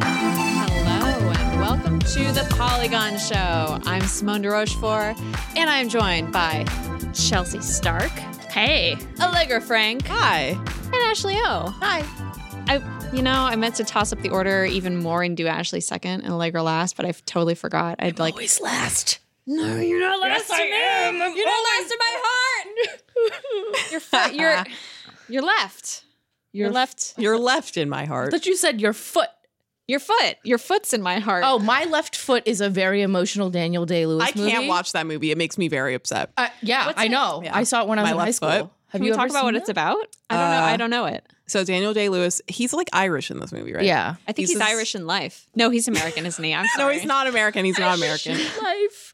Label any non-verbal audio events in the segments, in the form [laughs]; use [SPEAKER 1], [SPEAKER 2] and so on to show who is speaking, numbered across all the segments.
[SPEAKER 1] Hello and welcome to the Polygon Show. I'm Simone de Rochefort, and I'm joined by Chelsea Stark,
[SPEAKER 2] Hey.
[SPEAKER 1] Allegra Frank,
[SPEAKER 3] Hi.
[SPEAKER 1] and Ashley O.
[SPEAKER 3] Hi.
[SPEAKER 1] I, you know, I meant to toss up the order even more and do Ashley second and Allegra last, but I totally forgot. I'd like
[SPEAKER 3] Always last.
[SPEAKER 1] no, you're not last to me.
[SPEAKER 2] am.
[SPEAKER 1] You're not last in my heart. you're [laughs] fir- you're you're left. You're,
[SPEAKER 2] Your
[SPEAKER 1] left.
[SPEAKER 3] You're left in my heart.
[SPEAKER 2] But you said your foot.
[SPEAKER 1] Your foot. Your foot's in my heart.
[SPEAKER 2] Oh, my left foot is a very emotional Daniel Day Lewis
[SPEAKER 3] I can't watch that movie. It makes me very upset.
[SPEAKER 2] Uh, yeah,
[SPEAKER 1] What's
[SPEAKER 2] I
[SPEAKER 1] it?
[SPEAKER 2] know.
[SPEAKER 3] Yeah.
[SPEAKER 2] I saw it when I was
[SPEAKER 3] My
[SPEAKER 2] in
[SPEAKER 3] left
[SPEAKER 2] high school.
[SPEAKER 3] foot.
[SPEAKER 2] Have
[SPEAKER 1] Can we
[SPEAKER 2] you
[SPEAKER 1] talk
[SPEAKER 2] ever
[SPEAKER 1] about what
[SPEAKER 2] seen
[SPEAKER 1] it's
[SPEAKER 2] that?
[SPEAKER 1] about? I don't know.
[SPEAKER 3] Uh,
[SPEAKER 1] I don't know it.
[SPEAKER 3] So Daniel Day Lewis, he's like Irish in this movie, right?
[SPEAKER 2] Yeah.
[SPEAKER 1] I think
[SPEAKER 3] He's
[SPEAKER 1] he's,
[SPEAKER 3] a-
[SPEAKER 1] Irish in life. No, he's American, isn't [laughs] he? I'm
[SPEAKER 3] No,
[SPEAKER 1] sorry.
[SPEAKER 3] he's not American. He's not American.
[SPEAKER 2] [laughs] Life.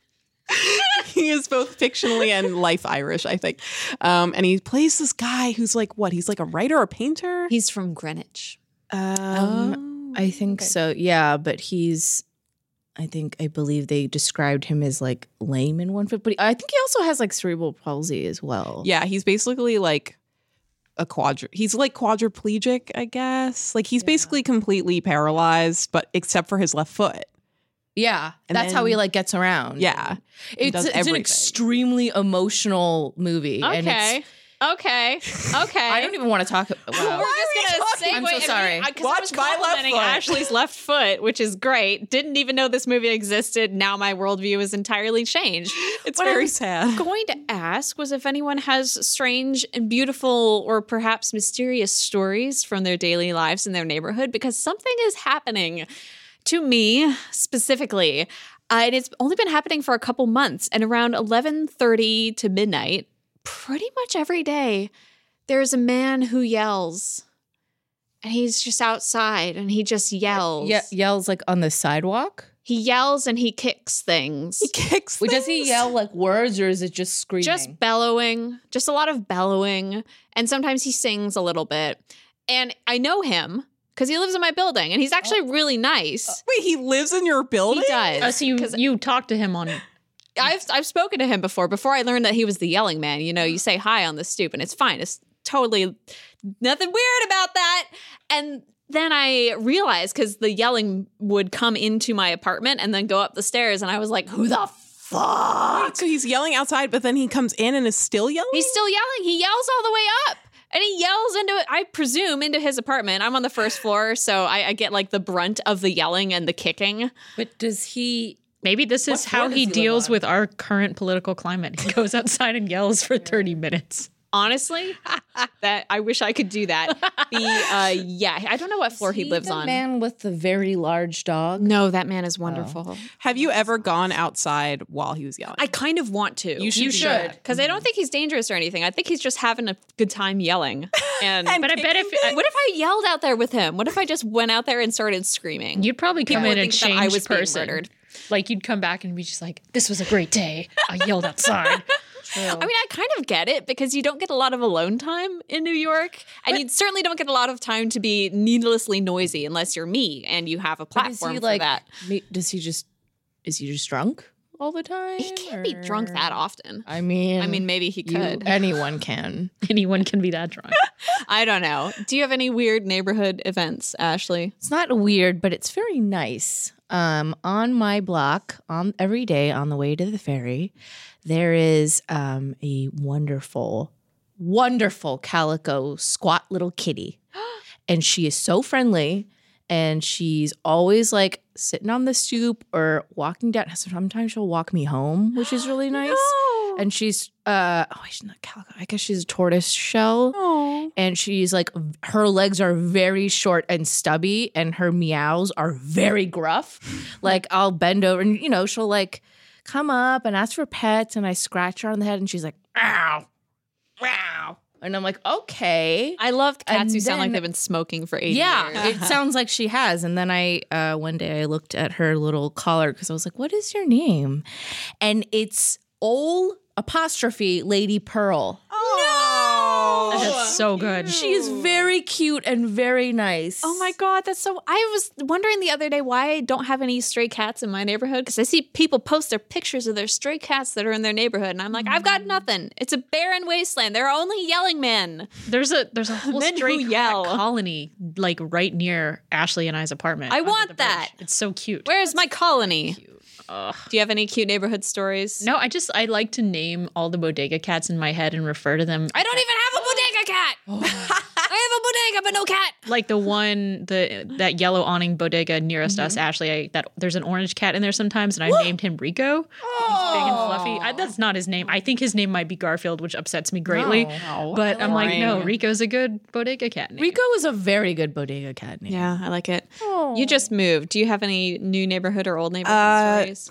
[SPEAKER 3] [laughs] he is both fictionally and life Irish, I think. Um, and he plays this guy who's like what? He's like a writer or painter.
[SPEAKER 1] He's from Greenwich.
[SPEAKER 2] Um, I think
[SPEAKER 3] okay.
[SPEAKER 2] so. Yeah, but he's. I think I believe they described him as like lame in one foot, but he- I think he also has like cerebral palsy as well.
[SPEAKER 3] Yeah, he's basically like a quadri. He's like quadriplegic, I guess. Like he's
[SPEAKER 2] Yeah.
[SPEAKER 3] basically completely paralyzed, but except for his left foot.
[SPEAKER 2] yeah,
[SPEAKER 3] And
[SPEAKER 2] that's how he
[SPEAKER 3] then-
[SPEAKER 2] like gets around.
[SPEAKER 3] Yeah. He
[SPEAKER 2] it's,
[SPEAKER 3] does
[SPEAKER 2] it's an
[SPEAKER 3] everything.
[SPEAKER 2] extremely emotional movie. and it's-
[SPEAKER 1] Okay. Okay. Okay.
[SPEAKER 2] I don't even want to talk.
[SPEAKER 3] [laughs]
[SPEAKER 2] About,
[SPEAKER 1] Well,
[SPEAKER 2] wow.
[SPEAKER 1] we're
[SPEAKER 3] Why are we
[SPEAKER 1] just
[SPEAKER 3] talking-
[SPEAKER 1] gonna
[SPEAKER 2] I'm
[SPEAKER 1] segue-
[SPEAKER 2] so sorry.
[SPEAKER 1] I mean, 'cause I
[SPEAKER 3] Watch
[SPEAKER 1] was
[SPEAKER 3] my left
[SPEAKER 1] complimenting
[SPEAKER 3] foot.
[SPEAKER 1] Ashley's left foot, which is great. Didn't even know this movie existed. Now my worldview is entirely changed.
[SPEAKER 3] It's
[SPEAKER 1] What
[SPEAKER 3] very
[SPEAKER 1] I'm
[SPEAKER 3] sad.
[SPEAKER 1] going to ask was if anyone has strange and beautiful or perhaps mysterious stories from their daily lives in their neighborhood because something is happening to me specifically. Uh, and it's only been happening for a couple months and around 11:30 to midnight pretty much every day there's a man who yells and he's just outside and he just yells.
[SPEAKER 2] Ye- yells like on the sidewalk.
[SPEAKER 1] He yells and he kicks things.
[SPEAKER 3] He [laughs] kicks.
[SPEAKER 2] Wait, Does he
[SPEAKER 3] things.
[SPEAKER 2] yell like words or is it just screaming?
[SPEAKER 1] Just bellowing, just a lot of bellowing. And sometimes he sings a little bit. And I know him because he lives in my building and he's actually really nice.
[SPEAKER 3] Wait, he lives in your building?
[SPEAKER 1] he Uh, does.
[SPEAKER 2] you
[SPEAKER 1] 'Cause-
[SPEAKER 2] you talk to him on
[SPEAKER 1] I've, I've spoken to him before, before I learned that he was the yelling man. You know, [gasps] you say hi on the stoop and it's fine. It's totally nothing weird about that. And then I realized because the yelling would come into my apartment and then go up the stairs. And I was like, who the fuck?
[SPEAKER 3] Wait, so he's yelling outside, but then he comes in and is still yelling?
[SPEAKER 1] He's still yelling. He yells all the way up. And he yells into, I presume, into his apartment. I'm on the first floor, so I, I get like the brunt of the yelling and the kicking.
[SPEAKER 4] But does he? Maybe this
[SPEAKER 3] What
[SPEAKER 4] is how
[SPEAKER 3] floor does he
[SPEAKER 4] he
[SPEAKER 3] live
[SPEAKER 4] deals
[SPEAKER 3] on?
[SPEAKER 4] with our current political climate. He goes outside and yells for 30 minutes.
[SPEAKER 3] [laughs]
[SPEAKER 1] Honestly, that I wish I could do that. The uh, yeah, I don't know what floor he lives on.
[SPEAKER 2] Man with the very large dog.
[SPEAKER 1] No, that man is wonderful.
[SPEAKER 3] Have you ever gone outside while he was yelling?
[SPEAKER 1] I kind of want to.
[SPEAKER 3] You should do that.
[SPEAKER 1] because I don't think he's dangerous or anything. I think he's just having a good time
[SPEAKER 3] [laughs]
[SPEAKER 1] yelling. And,
[SPEAKER 4] But I bet if uh,
[SPEAKER 1] what if I yelled out there with him? What if I just went out there and started screaming?
[SPEAKER 4] you'd probably come
[SPEAKER 1] would
[SPEAKER 4] in a
[SPEAKER 1] think that I
[SPEAKER 4] changed
[SPEAKER 1] was being
[SPEAKER 4] person,
[SPEAKER 1] murdered.
[SPEAKER 4] like you'd come back and be just like, "This was a great day. I
[SPEAKER 1] [laughs]
[SPEAKER 4] yelled outside."
[SPEAKER 1] I mean, I kind of get it because you don't get a lot of alone time in New York, and you certainly don't get a lot of time to be needlessly noisy unless you're me and you have a
[SPEAKER 2] But is
[SPEAKER 1] platform
[SPEAKER 2] he
[SPEAKER 1] for
[SPEAKER 2] like
[SPEAKER 1] that.
[SPEAKER 2] ma- Does he just is he just drunk all the time?
[SPEAKER 1] He can't be drunk
[SPEAKER 2] or-
[SPEAKER 1] that often.
[SPEAKER 2] I mean,
[SPEAKER 1] I mean, maybe he
[SPEAKER 2] you-
[SPEAKER 1] could.
[SPEAKER 2] anyone can.
[SPEAKER 4] [laughs] Anyone can be that drunk.
[SPEAKER 1] I don't know. Do you have any weird neighborhood events, Ashley?
[SPEAKER 2] It's not weird, but it's very nice. Um, on my block, on every day on the way to the ferry, there is um, a wonderful, wonderful calico squat little kitty, and she is so friendly. And she's always like sitting on the stoop or walking down. Sometimes she'll walk me home, which is really nice. And she's uh oh, she's not calico. I guess she's a tortoise shell
[SPEAKER 3] Oh.
[SPEAKER 2] and she's like her legs are very short and stubby and her meows are very
[SPEAKER 1] [laughs]
[SPEAKER 2] gruff like i'll bend over and you know she'll like come up and ask for pets and i scratch her on the head and she's like ow wow and i'm like okay
[SPEAKER 1] I love cats
[SPEAKER 2] And
[SPEAKER 1] who sound like
[SPEAKER 2] then-
[SPEAKER 1] they've been smoking for 80 years.
[SPEAKER 2] yeah
[SPEAKER 1] [laughs]
[SPEAKER 2] it sounds like she has and then i uh, one day i looked at her little collar because i was like what is your name and it's ol apostrophe lady pearl
[SPEAKER 3] No.
[SPEAKER 1] Oh,
[SPEAKER 4] And it's so good.
[SPEAKER 2] She is very cute and very nice.
[SPEAKER 1] Oh my god, that's so. I was wondering the other day why I don't have any stray cats in my neighborhood because I see people post their pictures of their stray cats that are in their neighborhood, and I'm like, I've got nothing. It's a barren wasteland. There are only yelling men.
[SPEAKER 4] There's a there's a whole
[SPEAKER 1] Men who
[SPEAKER 4] stray cat
[SPEAKER 1] yell.
[SPEAKER 4] colony like right near Ashley and I's apartment.
[SPEAKER 1] I
[SPEAKER 4] under
[SPEAKER 1] want
[SPEAKER 4] the bridge.
[SPEAKER 1] that.
[SPEAKER 4] It's so cute.
[SPEAKER 1] Where's my colony? Do you have any cute neighborhood stories?
[SPEAKER 4] No, I just I like to name all the bodega cats in my head and refer to them.
[SPEAKER 1] I don't even have a bodega cat. Oh. [laughs] I have a bodega, but no cat.
[SPEAKER 4] like the one the that yellow awning bodega nearest us.
[SPEAKER 3] Mm-hmm.
[SPEAKER 4] Ashley, I, that there's an orange cat in there sometimes, and I named him Rico. He's big and fluffy. I, that's not his name. I think his name might be Garfield, which upsets me greatly. But I'm like, no,
[SPEAKER 3] Boring.
[SPEAKER 4] Rico's a good bodega cat name.
[SPEAKER 2] Rico is a very good bodega cat name.
[SPEAKER 1] Yeah, I like it. You just moved. Do you have any new neighborhood or old neighborhood
[SPEAKER 3] Uh,
[SPEAKER 1] stories?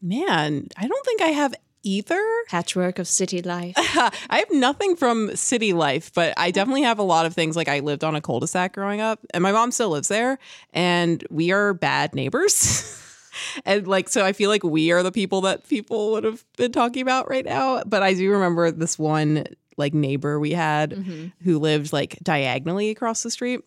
[SPEAKER 3] Man, I don't think I have either.
[SPEAKER 1] Patchwork of city life.
[SPEAKER 3] I have nothing from city life, but I definitely have a lot of things. Like I lived on a cul-de-sac growing up, and my mom still lives there, and we are bad neighbors. [laughs] and like, so I feel like we are the people that people would have been talking about right now. But I do remember this one like neighbor we had who lived like diagonally across the street.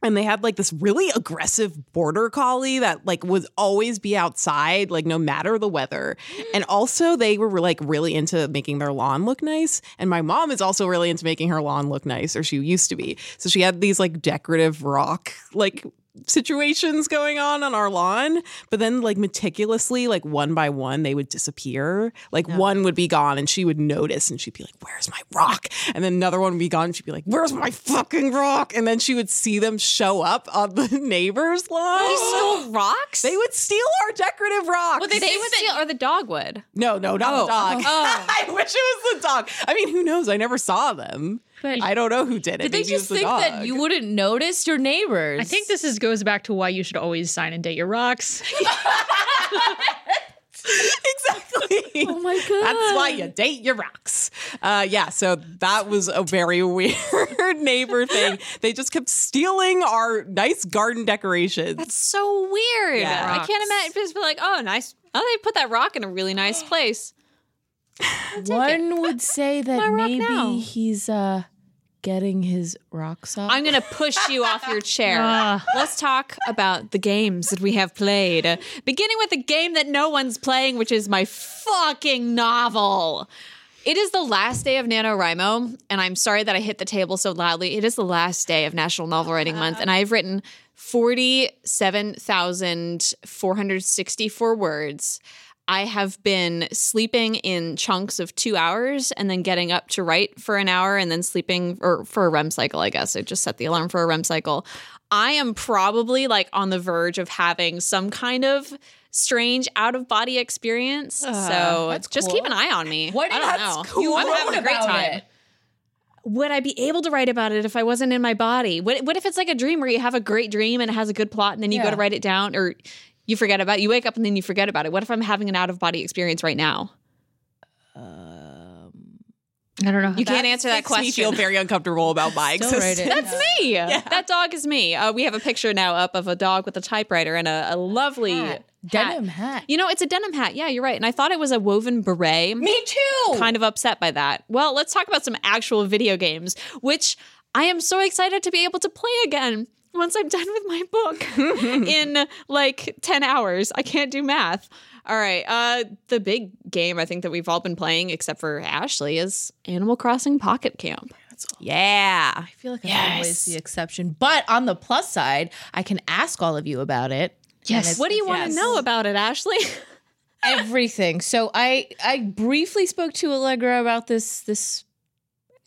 [SPEAKER 3] And they had like this really aggressive border collie that like would always be outside, like no matter the weather. And also they were like really into making their lawn look nice. And my mom is also really into making her lawn look nice, or she used to be. So she had these like decorative rock like situations going on on our lawn but then like meticulously like one by one they would disappear like one would be gone and she would notice and she'd be like where's my rock and then another one would be gone and she'd be like where's my fucking rock and then she would see them show up on the [laughs] neighbor's lawn
[SPEAKER 1] Stole [laughs] rocks.
[SPEAKER 3] they would steal our decorative rocks
[SPEAKER 1] Would they, would steal, or the dog would.
[SPEAKER 3] no no
[SPEAKER 2] Oh.
[SPEAKER 3] not the dog [laughs] i wish it was the dog i mean who knows i never saw them
[SPEAKER 4] But-
[SPEAKER 3] i don't know who did it
[SPEAKER 2] Did they
[SPEAKER 3] Maybe it was
[SPEAKER 2] just
[SPEAKER 3] the
[SPEAKER 2] think that
[SPEAKER 3] dog.
[SPEAKER 2] you wouldn't notice your neighbors?
[SPEAKER 4] I think this is goes back to why you should always sign and date your
[SPEAKER 3] [laughs]
[SPEAKER 4] rocks.
[SPEAKER 3] exactly. Oh
[SPEAKER 2] my God.
[SPEAKER 3] That's why you date your rocks. Uh, yeah, so that was a very [laughs] weird neighbor thing. They just kept stealing our nice garden decorations.
[SPEAKER 1] That's so weird.
[SPEAKER 3] Yeah.
[SPEAKER 1] I can't imagine just be like, oh, nice. Oh, they put that rock in a really nice place.
[SPEAKER 2] one
[SPEAKER 1] [laughs]
[SPEAKER 2] would say that
[SPEAKER 1] rock
[SPEAKER 2] maybe
[SPEAKER 1] now.
[SPEAKER 2] he's uh getting his rocks off.
[SPEAKER 1] I'm gonna push you off your chair.
[SPEAKER 4] Ah.
[SPEAKER 1] Let's talk about the games that we have played. Beginning with a game that no one's playing, which is my fucking novel. It is the last day of NaNoWriMo, and I'm sorry that I hit the table so loudly. It is the last day of National Novel Writing Month, and I have written 47,464 words. I have been sleeping in chunks of two hours and then getting up to write for an hour and then sleeping or for a REM cycle, I guess. I just set the alarm for a REM cycle. I am probably like on the verge of having some kind of strange out of body experience. so just keep an eye on me. I don't know.
[SPEAKER 2] You
[SPEAKER 1] I'm having a great time. Would I be able to write about it if I wasn't in my body? What, what if it's like a dream where you have a great dream and it has a good plot and then you go
[SPEAKER 2] Yeah.
[SPEAKER 1] to write it down or you forget about it? You wake up and then you forget about it. What if I'm having an out of body experience right now?
[SPEAKER 4] I don't know.
[SPEAKER 1] You can't answer that
[SPEAKER 3] Makes me feel
[SPEAKER 1] question.
[SPEAKER 3] very uncomfortable about my
[SPEAKER 2] Still write
[SPEAKER 3] existence.
[SPEAKER 2] it.
[SPEAKER 1] That's me. That dog is me. Uh, we have a picture now up of a dog with a typewriter and a, a lovely
[SPEAKER 2] Hat.
[SPEAKER 1] hat.
[SPEAKER 2] Denim hat.
[SPEAKER 1] You know, it's a denim hat. Yeah, you're right. And I thought it was a woven beret.
[SPEAKER 2] Me too.
[SPEAKER 1] kind of upset by that. Well, let's talk about some actual video games, which I am so excited to be able to play again once I'm done with my
[SPEAKER 2] [laughs]
[SPEAKER 1] book in like 10 hours. I can't do math. All right. Uh, the big game I think that we've all been playing, except for Ashley, is Animal Crossing Pocket Camp.
[SPEAKER 3] Yeah.
[SPEAKER 2] I feel like I'm always the exception. But on the plus side, I can ask all of you about it.
[SPEAKER 4] Yes.
[SPEAKER 1] What do you want
[SPEAKER 2] Yes.
[SPEAKER 1] to know about it, Ashley? [laughs]
[SPEAKER 2] Everything. So I I briefly spoke to Allegra about this this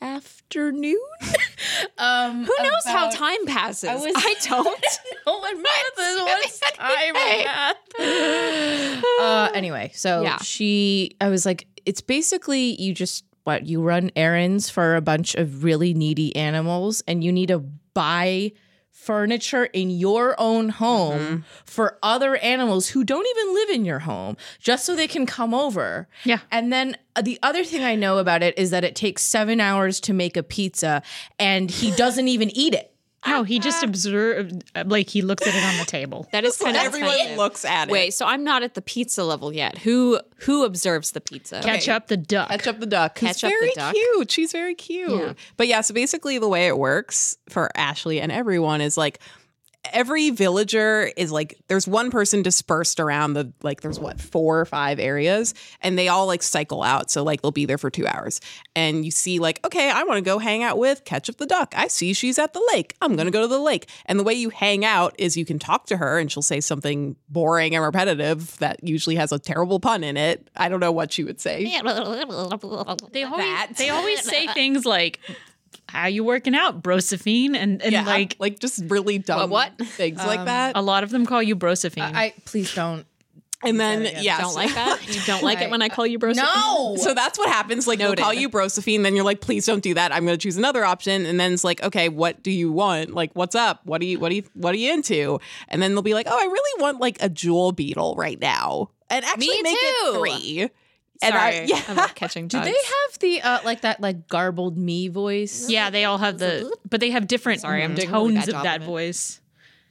[SPEAKER 2] afternoon. [laughs] um,
[SPEAKER 1] Who knows how
[SPEAKER 2] about-
[SPEAKER 1] time passes? I,
[SPEAKER 2] I was- [laughs]
[SPEAKER 1] don't.
[SPEAKER 2] no one misses what's time math. Uh, anyway, so
[SPEAKER 1] Yeah.
[SPEAKER 2] she, I was like, it's basically you just what you run errands for a bunch of really needy animals, and you need to buy furniture in your own home for other animals who don't even live in your home just so they can come over.
[SPEAKER 4] Yeah.
[SPEAKER 2] And then uh, the other thing I know about it is that it takes 7 hours to make a pizza and he doesn't even eat it.
[SPEAKER 4] No, he just observed, like he looked at it on
[SPEAKER 3] [laughs]
[SPEAKER 4] the table.
[SPEAKER 1] That is kind of
[SPEAKER 3] Everyone
[SPEAKER 1] offensive.
[SPEAKER 3] looks at it.
[SPEAKER 1] Wait, so I'm not at the pizza level yet. Who who observes the pizza?
[SPEAKER 4] Catch up the duck.
[SPEAKER 3] Catch up the duck. She's
[SPEAKER 1] Catch up the
[SPEAKER 3] very
[SPEAKER 1] duck.
[SPEAKER 3] cute. She's very cute. But yeah, so basically the way it works for Ashley and everyone is like every villager is like there's one person dispersed around the like there's what four or five areas and they all like cycle out so like they'll be there for two hours and you see like okay i want to go hang out with catch up the duck i see she's at the lake i'm gonna go to the lake and the way you hang out is you can talk to her and she'll say something boring and repetitive that usually has a terrible pun in it i don't know what she would say
[SPEAKER 4] They [laughs] always
[SPEAKER 3] That.
[SPEAKER 4] they always
[SPEAKER 3] [laughs]
[SPEAKER 4] say things like, "How you working out, brosephine?" and and
[SPEAKER 3] yeah, [laughs]
[SPEAKER 4] like
[SPEAKER 3] like like just really dumb
[SPEAKER 1] What, Um, what?
[SPEAKER 3] things like that.
[SPEAKER 4] a lot of them call you brosephine.
[SPEAKER 2] I please don't.
[SPEAKER 3] And then yeah,
[SPEAKER 1] Don't
[SPEAKER 3] so-
[SPEAKER 1] like that. You don't like it when I call you bro.
[SPEAKER 2] No.
[SPEAKER 3] So that's what happens. Like they'll call you brosephine, then you're like, please don't do that. I'm going to choose another option, and then it's like, okay, what do you want? Like, what's up? What do you what do you what are you into? And then they'll be like, oh, I really want like a jewel beetle right now, and actually make
[SPEAKER 1] too.
[SPEAKER 3] it three.
[SPEAKER 1] Sorry,
[SPEAKER 3] And I, yeah,
[SPEAKER 1] I'm not [laughs] catching
[SPEAKER 2] Do
[SPEAKER 1] dogs.
[SPEAKER 2] they have the uh, like that like garbled me voice?
[SPEAKER 4] yeah, they all have the, but they have different
[SPEAKER 1] Sorry, I'm doing a really
[SPEAKER 4] tones
[SPEAKER 1] bad
[SPEAKER 4] of
[SPEAKER 1] job
[SPEAKER 4] that
[SPEAKER 1] of it.
[SPEAKER 4] voice.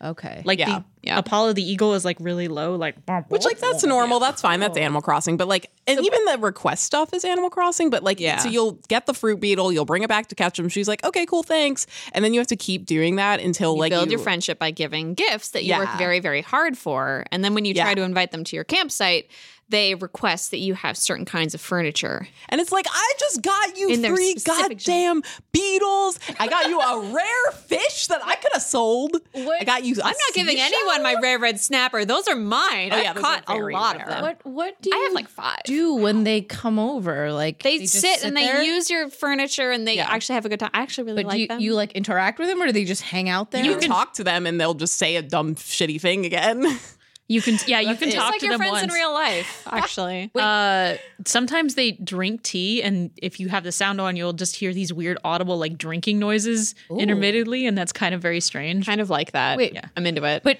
[SPEAKER 2] Okay.
[SPEAKER 4] Like
[SPEAKER 3] Yeah.
[SPEAKER 4] the
[SPEAKER 1] Yeah.
[SPEAKER 4] Apollo the eagle is like really low, like
[SPEAKER 3] Which like that's normal. That's fine.
[SPEAKER 1] Oh.
[SPEAKER 3] That's Animal Crossing. But like, and even the request stuff is Animal Crossing. But like,
[SPEAKER 1] Yeah.
[SPEAKER 3] so you'll get the fruit beetle, you'll bring it back to catch him. She's like, okay, cool, thanks. And then you have to keep doing that until like
[SPEAKER 1] build
[SPEAKER 3] you-
[SPEAKER 1] your friendship by giving gifts that you work
[SPEAKER 3] Yeah.
[SPEAKER 1] very very hard for and then when you try
[SPEAKER 3] Yeah.
[SPEAKER 1] to invite them to your campsite they request that you have certain kinds of furniture
[SPEAKER 3] And it's like, I just got you
[SPEAKER 1] In their
[SPEAKER 3] three
[SPEAKER 1] specific
[SPEAKER 3] goddamn beetles. I got you a [laughs] rare fish that I could have sold. I got you.
[SPEAKER 1] i'm not giving anyone my rare red snapper those are mine i've
[SPEAKER 3] yeah, those are
[SPEAKER 1] caught a
[SPEAKER 3] very
[SPEAKER 1] lot
[SPEAKER 3] rare.
[SPEAKER 1] of them
[SPEAKER 2] what what do
[SPEAKER 1] i
[SPEAKER 2] you
[SPEAKER 1] have like five
[SPEAKER 2] do when they come over? Like
[SPEAKER 1] they,
[SPEAKER 2] just
[SPEAKER 1] sit, and they
[SPEAKER 2] there?
[SPEAKER 1] use your furniture and they
[SPEAKER 3] Yeah.
[SPEAKER 1] actually have a good time i actually really
[SPEAKER 2] But
[SPEAKER 1] like
[SPEAKER 2] do you,
[SPEAKER 1] them
[SPEAKER 2] you like interact with them or do they just hang out there?
[SPEAKER 3] You can talk to them and they'll just say a dumb shitty thing again. [laughs]
[SPEAKER 4] You can yeah, you can
[SPEAKER 1] just
[SPEAKER 4] talk
[SPEAKER 1] like
[SPEAKER 4] to
[SPEAKER 1] your
[SPEAKER 4] them
[SPEAKER 1] friends
[SPEAKER 4] once.
[SPEAKER 1] in real life actually
[SPEAKER 4] Uh, sometimes they drink tea, and if you have the sound on, you'll just hear these weird audible like drinking noises intermittently, and that's kind of very strange.
[SPEAKER 1] kind of like that
[SPEAKER 2] Wait.
[SPEAKER 1] Yeah. i'm into it
[SPEAKER 2] But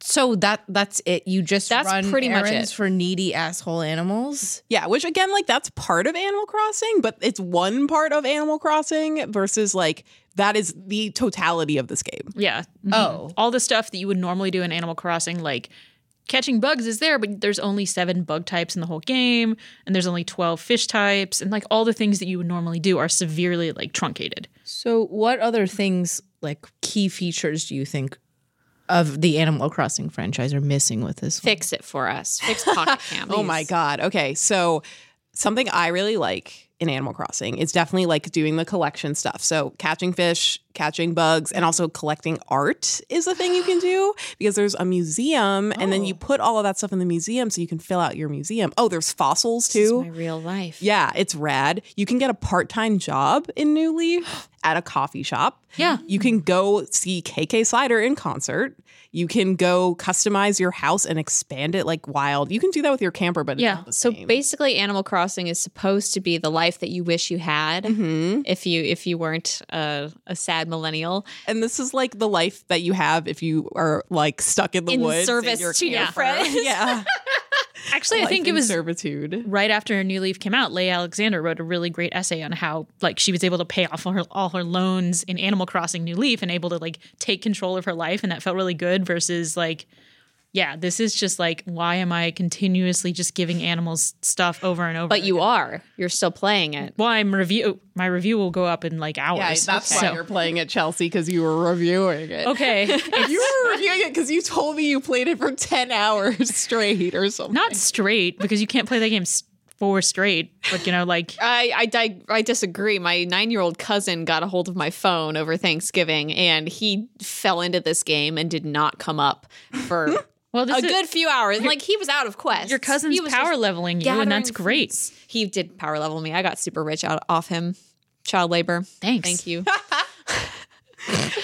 [SPEAKER 2] so that that's it. You just
[SPEAKER 1] That's
[SPEAKER 2] run
[SPEAKER 1] pretty much
[SPEAKER 2] errands
[SPEAKER 1] it.
[SPEAKER 2] for needy asshole animals.
[SPEAKER 3] yeah, which again, like that's part of Animal Crossing, but it's one part of Animal Crossing versus like that is the totality of this game.
[SPEAKER 4] Yeah. mm-hmm.
[SPEAKER 2] Oh.
[SPEAKER 4] All the stuff that you would normally do in Animal Crossing, like catching bugs is there, but there's only seven bug types in the whole game, and there's only 12 fish types, and like all the things that you would normally do are severely like truncated.
[SPEAKER 2] So what other things like key features do you think of the Animal Crossing franchise are missing with this? one?
[SPEAKER 1] fix it for us [laughs] fix pocket camp
[SPEAKER 3] Oh my god. Okay, so something I really like in Animal Crossing is definitely like doing the collection stuff. So catching fish, catching bugs, and also collecting art is a thing you
[SPEAKER 1] [gasps]
[SPEAKER 3] can do because there's a museum, and then you
[SPEAKER 1] Oh.
[SPEAKER 3] put all of that stuff in the museum so you can fill out your museum. Oh, there's fossils
[SPEAKER 1] This is
[SPEAKER 3] too.
[SPEAKER 1] my real life
[SPEAKER 3] Yeah, it's rad. You can get a part time job in New
[SPEAKER 4] [gasps]
[SPEAKER 3] Leaf at a coffee shop.
[SPEAKER 4] Yeah.
[SPEAKER 3] You can go see KK Slider in concert. You can go customize your house and expand it like wild. You can do that with your camper, but
[SPEAKER 4] Yeah,
[SPEAKER 3] It's not the
[SPEAKER 1] So
[SPEAKER 3] same.
[SPEAKER 1] basically, Animal Crossing is supposed to be the life that you wish you had if you if you weren't a, a sad millennial
[SPEAKER 3] and this is like the life that you have if you are like stuck in the
[SPEAKER 1] in
[SPEAKER 3] woods in
[SPEAKER 1] service
[SPEAKER 3] your
[SPEAKER 1] to your
[SPEAKER 4] camper.
[SPEAKER 1] [laughs] friends.
[SPEAKER 3] [laughs] yeah.
[SPEAKER 4] Actually, [laughs] I
[SPEAKER 3] Life
[SPEAKER 4] think it
[SPEAKER 3] in
[SPEAKER 4] was
[SPEAKER 3] servitude.
[SPEAKER 4] right after New Leaf came out, Leigh Alexander wrote a really great essay on how like she was able to pay off all her, all her loans in Animal Crossing New Leaf and able to like take control of her life, and that felt really good. Versus like, yeah, this is just like, why am I continuously just giving animals stuff over and over?
[SPEAKER 1] But you are you're still playing it.
[SPEAKER 4] well, I'm review. My review will go up in like hours.
[SPEAKER 1] [laughs]
[SPEAKER 4] So-
[SPEAKER 3] playing at Chelsea because you were reviewing it.
[SPEAKER 4] okay.
[SPEAKER 3] You were reviewing it because you told me you played it for 10 hours [laughs] straight or something.
[SPEAKER 4] Not straight because you can't play that game s- four straight, but you know, like
[SPEAKER 1] I I, di- I disagree. My nine year old cousin got a hold of my phone over Thanksgiving, and he fell into this game and did not come up [laughs] for
[SPEAKER 4] well, this
[SPEAKER 1] a
[SPEAKER 4] is,
[SPEAKER 1] good few hours. Like he was out of quest.
[SPEAKER 4] your cousin's
[SPEAKER 1] He was
[SPEAKER 4] power
[SPEAKER 1] just
[SPEAKER 4] leveling you, and that's
[SPEAKER 1] gathering
[SPEAKER 4] great.
[SPEAKER 1] fruits. He did power level me. I got super rich out off him. Child labor.
[SPEAKER 4] Thanks.
[SPEAKER 1] Thank you.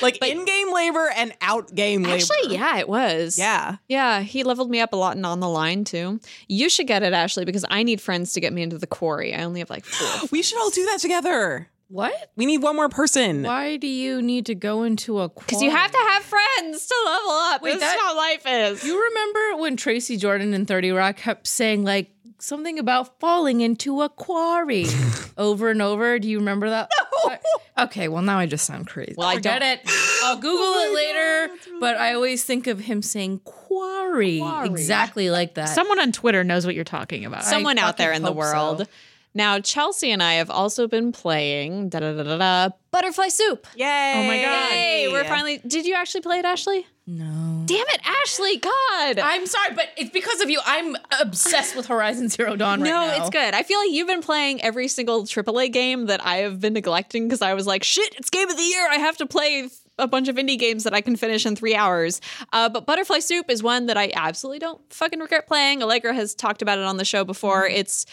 [SPEAKER 3] like in game labor and out game labor.
[SPEAKER 1] Actually, yeah, it was.
[SPEAKER 3] Yeah.
[SPEAKER 1] Yeah, he leveled me up a lot and on the line too. You should get it, Ashley, because I need friends to get me into the quarry. I only have like
[SPEAKER 3] [gasps]
[SPEAKER 1] four.
[SPEAKER 3] We should all do that together.
[SPEAKER 2] What?
[SPEAKER 3] We need one more person.
[SPEAKER 2] Why do you need to go into a?
[SPEAKER 1] Because you have to have friends to level up. Wait,
[SPEAKER 2] Wait,
[SPEAKER 1] this
[SPEAKER 2] that-
[SPEAKER 1] is how life is.
[SPEAKER 2] You remember when Tracy Jordan and Thirty Rock kept saying like something about falling into a quarry over and over. Do you remember that? No. Okay, well now I just sound crazy. Well, I Oh Forget it. I'll Google it later. but I always think of him saying quarry, exactly like that.
[SPEAKER 4] Someone on Twitter knows what you're talking about.
[SPEAKER 1] someone out there
[SPEAKER 2] fucking
[SPEAKER 1] in the
[SPEAKER 2] hope
[SPEAKER 1] world.
[SPEAKER 2] so.
[SPEAKER 1] Now, Chelsea and I have also been playing da da da da da Butterfly Soup.
[SPEAKER 3] Yay!
[SPEAKER 4] Oh my God.
[SPEAKER 1] Yay! We're finally. Did you actually play it, Ashley?
[SPEAKER 2] no.
[SPEAKER 1] Damn it, Ashley! God.
[SPEAKER 2] I'm sorry, but it's because of you. I'm obsessed with Horizon Zero Dawn right
[SPEAKER 1] no,
[SPEAKER 2] now.
[SPEAKER 1] it's good. I feel like you've been playing every single AAA game that I have been neglecting because I was like, shit, it's game of the year. I have to play a bunch of indie games that I can finish in three hours. Uh, but Butterfly Soup is one that I absolutely don't fucking regret playing. Allegra has talked about it on the show before.
[SPEAKER 2] Mm.
[SPEAKER 1] It's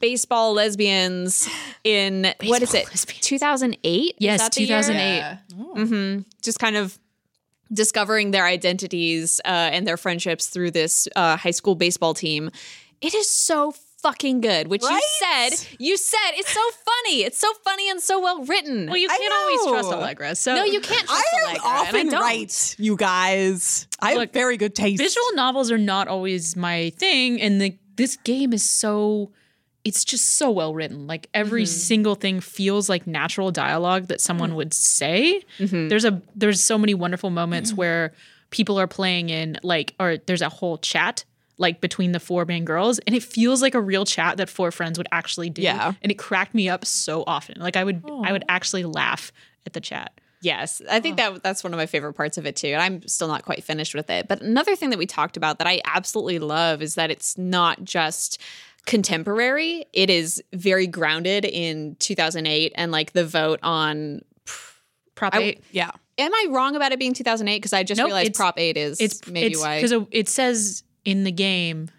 [SPEAKER 1] baseball lesbians in what is it? 2008?
[SPEAKER 4] Yes,
[SPEAKER 1] Is that the year?
[SPEAKER 4] 2008.
[SPEAKER 2] Yeah.
[SPEAKER 1] just kind of discovering their identities uh, and their friendships through this uh, high school baseball team. It is so fucking good, which you said. You said it's so funny. It's so funny and so well written.
[SPEAKER 4] Well, you
[SPEAKER 3] I
[SPEAKER 4] can't always
[SPEAKER 3] know.
[SPEAKER 4] trust Allegra. So
[SPEAKER 1] no, you can't.
[SPEAKER 3] I
[SPEAKER 1] Trust
[SPEAKER 3] am
[SPEAKER 1] Allegra, and I
[SPEAKER 3] often
[SPEAKER 1] don't.
[SPEAKER 3] right, you guys. I have
[SPEAKER 4] Look,
[SPEAKER 3] very good taste.
[SPEAKER 4] visual novels are not always my thing and the, this game is so it's just so well written like every single thing feels like natural dialogue that someone would say there's a there's so many wonderful moments where people are playing in like or there's a whole chat like between the four main girls and it feels like a real chat that four friends would actually do
[SPEAKER 3] Yeah.
[SPEAKER 4] and it cracked me up so often like i would i would actually laugh at the chat
[SPEAKER 1] Yes, I think that that's one of my favorite parts of it too, and I'm still not quite finished with it. But another thing that we talked about that I absolutely love is that it's not just contemporary; it is very grounded in 2008 and like the vote on.
[SPEAKER 4] prop
[SPEAKER 1] I-
[SPEAKER 4] 8
[SPEAKER 3] yeah.
[SPEAKER 1] Am I wrong about it being 2008? Because I just
[SPEAKER 4] Nope,
[SPEAKER 1] realized
[SPEAKER 4] it's-
[SPEAKER 1] Prop 8 is
[SPEAKER 4] it's
[SPEAKER 1] maybe why.
[SPEAKER 4] because it says in the game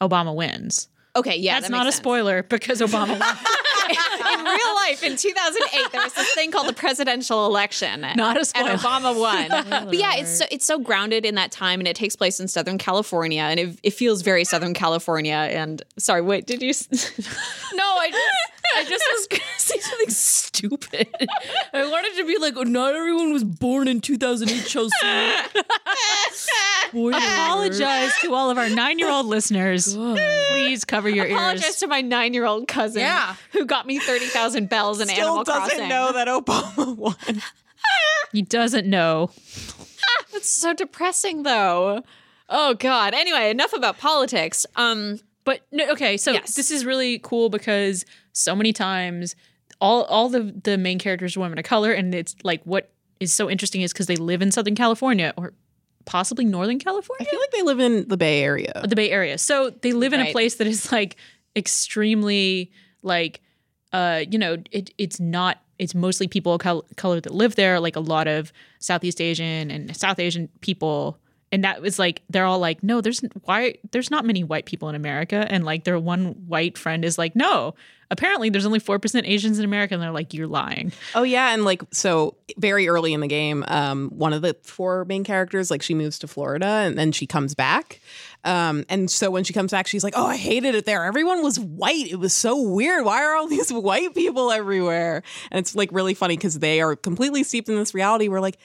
[SPEAKER 4] obama wins
[SPEAKER 1] Okay, yeah,
[SPEAKER 4] That's
[SPEAKER 1] that
[SPEAKER 4] not
[SPEAKER 1] makes
[SPEAKER 4] a
[SPEAKER 1] sense.
[SPEAKER 4] spoiler because Obama
[SPEAKER 1] [laughs]
[SPEAKER 4] won.
[SPEAKER 1] in real life in 2008 there was this thing called the presidential election
[SPEAKER 4] [laughs] Not a spoiler.
[SPEAKER 1] and obama
[SPEAKER 4] [laughs]
[SPEAKER 1] won but yeah it's so it's so grounded in that time and it takes place in southern california and it, it feels very southern california and sorry wait did you s- [laughs]
[SPEAKER 2] No, I just, I just was gonna say something [laughs] stupid. I wanted to be like, oh, not everyone was born in 2008, Chelsea.
[SPEAKER 1] [laughs]
[SPEAKER 2] Spoiler.
[SPEAKER 4] [laughs] Apologize to all of our nine-year-old listeners. Please cover your
[SPEAKER 1] apologize
[SPEAKER 4] ears.
[SPEAKER 1] to my nine-year-old cousin
[SPEAKER 2] Yeah.
[SPEAKER 1] who got me 30000 bells in
[SPEAKER 3] Still
[SPEAKER 1] animal
[SPEAKER 3] doesn't
[SPEAKER 1] crossing
[SPEAKER 3] know that Obama [laughs] won.
[SPEAKER 4] He doesn't know.
[SPEAKER 1] it's so depressing though oh god anyway enough about politics um
[SPEAKER 4] But no, okay, so
[SPEAKER 1] Yes.
[SPEAKER 4] this is really cool because so many times all all the the main characters are women of color, and it's like what is so interesting is because they live in Southern California or possibly Northern California,
[SPEAKER 3] I feel like they live in the Bay Area.
[SPEAKER 4] the Bay Area. So they live in
[SPEAKER 1] Right.
[SPEAKER 4] a place that is like extremely like uh, you know, it, it's not, it's mostly people of col- color that live there, like a lot of Southeast Asian and South Asian people. And that was like, they're all like, no, there's why, there's not many white people in America. And like their one white friend is like, no, apparently there's only 4% Asians in America. And they're like, you're lying.
[SPEAKER 3] Oh yeah, and like so very early in the game, um, one of the four main characters, like she moves to Florida and then she comes back. Um, and so when she comes back, she's like, Oh, I hated it there. Everyone was white. It was so weird. Why are all [laughs] these white people everywhere? And it's like really funny because they are completely steeped in this reality where like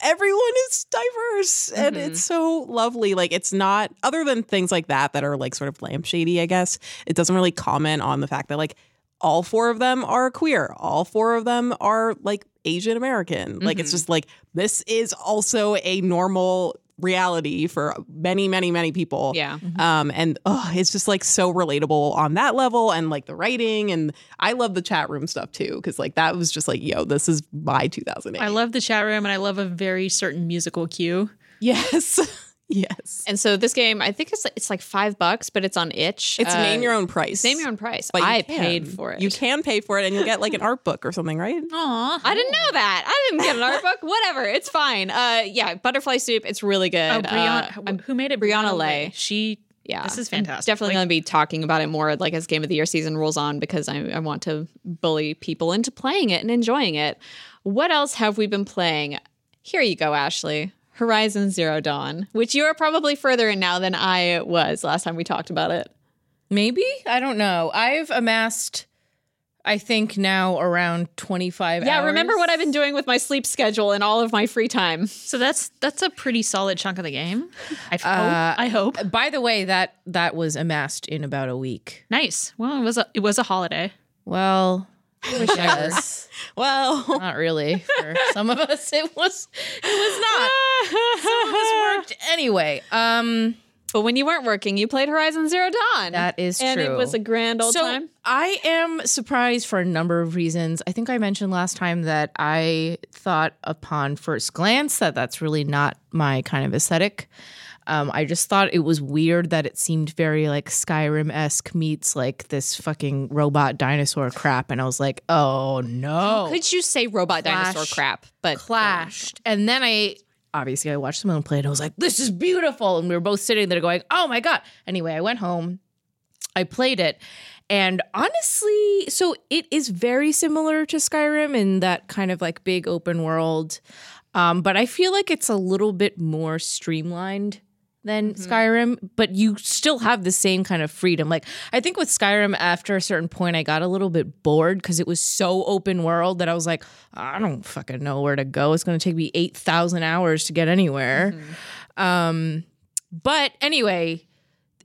[SPEAKER 3] everyone is diverse and it's so lovely. Like it's not other than things like that that are like sort of lampshady, I guess, it doesn't really comment on the fact that like all four of them are queer. All four of them are like Asian American. Like it's just like this is also a normal reality for many, many, many people.
[SPEAKER 1] yeah
[SPEAKER 3] Um, and oh, it's just like so relatable on that level, and like the writing, and I love the chat room stuff too, because like that was just like, yo, this is my 2008.
[SPEAKER 4] I love the chat room and I love a very certain musical cue.
[SPEAKER 3] yes, [laughs] yes.
[SPEAKER 1] And so this game, I think it's it's like five bucks, but it's on itch.
[SPEAKER 3] It's
[SPEAKER 1] Uh,
[SPEAKER 3] name your own price.
[SPEAKER 1] name your own price.
[SPEAKER 3] But you
[SPEAKER 1] I
[SPEAKER 3] can.
[SPEAKER 1] paid for it.
[SPEAKER 3] You can pay for it, and you'll get
[SPEAKER 1] [laughs]
[SPEAKER 3] like an art book or something, right?
[SPEAKER 4] Aw.
[SPEAKER 1] I didn't know that. I didn't get an art book. Whatever, it's fine. Uh, yeah, butterfly soup. It's really good.
[SPEAKER 4] Oh,
[SPEAKER 1] Uh,
[SPEAKER 4] Brianna,
[SPEAKER 1] I'm
[SPEAKER 4] who made it?
[SPEAKER 1] Brianna Lay.
[SPEAKER 4] She,
[SPEAKER 1] Yeah.
[SPEAKER 4] this is fantastic.
[SPEAKER 1] definitely
[SPEAKER 4] Like,
[SPEAKER 1] going to be talking about it more, like as game of the year season rolls on, because I, I want to bully people into playing it and enjoying it. What else have we been playing? Here you go, Ashley. Horizon Zero Dawn, which you are probably further in now than I was last time we talked about it.
[SPEAKER 2] Maybe I don't know. I've amassed I think now around 25
[SPEAKER 1] Yeah, remember
[SPEAKER 2] hours.
[SPEAKER 1] what I've been doing with my sleep schedule and all of my free time.
[SPEAKER 4] So that's that's a pretty solid chunk of the game. I hope.
[SPEAKER 2] Uh,
[SPEAKER 4] I hope.
[SPEAKER 2] By the way, that that was amassed in about a week.
[SPEAKER 4] Nice. Well, it was a it was a holiday.
[SPEAKER 2] Well, yes.
[SPEAKER 1] [laughs]
[SPEAKER 3] Well,
[SPEAKER 2] not really. For some of us, it was it was not. Some of us worked anyway. Um,
[SPEAKER 1] But when you weren't working, you played Horizon Zero Dawn.
[SPEAKER 2] That is
[SPEAKER 1] and
[SPEAKER 2] true.
[SPEAKER 1] it was a grand old
[SPEAKER 2] so
[SPEAKER 1] time.
[SPEAKER 2] I am surprised for a number of reasons. I think I mentioned last time that I thought upon first glance that that's really not my kind of aesthetic. Um, I just thought it was weird that it seemed very like Skyrim esque meets like this fucking robot dinosaur crap, and I was like, oh no,
[SPEAKER 1] Could you say robot dinosaur
[SPEAKER 2] Clash.
[SPEAKER 1] crap? But
[SPEAKER 2] clashed. And then I obviously I watched someone play it. I was like, this is beautiful. And we were both sitting there going, oh my God. Anyway, I went home, I played it. And honestly, so it is very similar to Skyrim in that kind of like big open world. Um, but I feel like it's a little bit more streamlined than
[SPEAKER 4] Mm-hmm.
[SPEAKER 2] Skyrim, but you still have the same kind of freedom. Like I think with Skyrim after a certain point I got a little bit bored because it was so open world that I was like, I don't fucking know where to go. It's going to take me 8,000 hours to get anywhere.
[SPEAKER 4] Mm-hmm.
[SPEAKER 2] Um but anyway,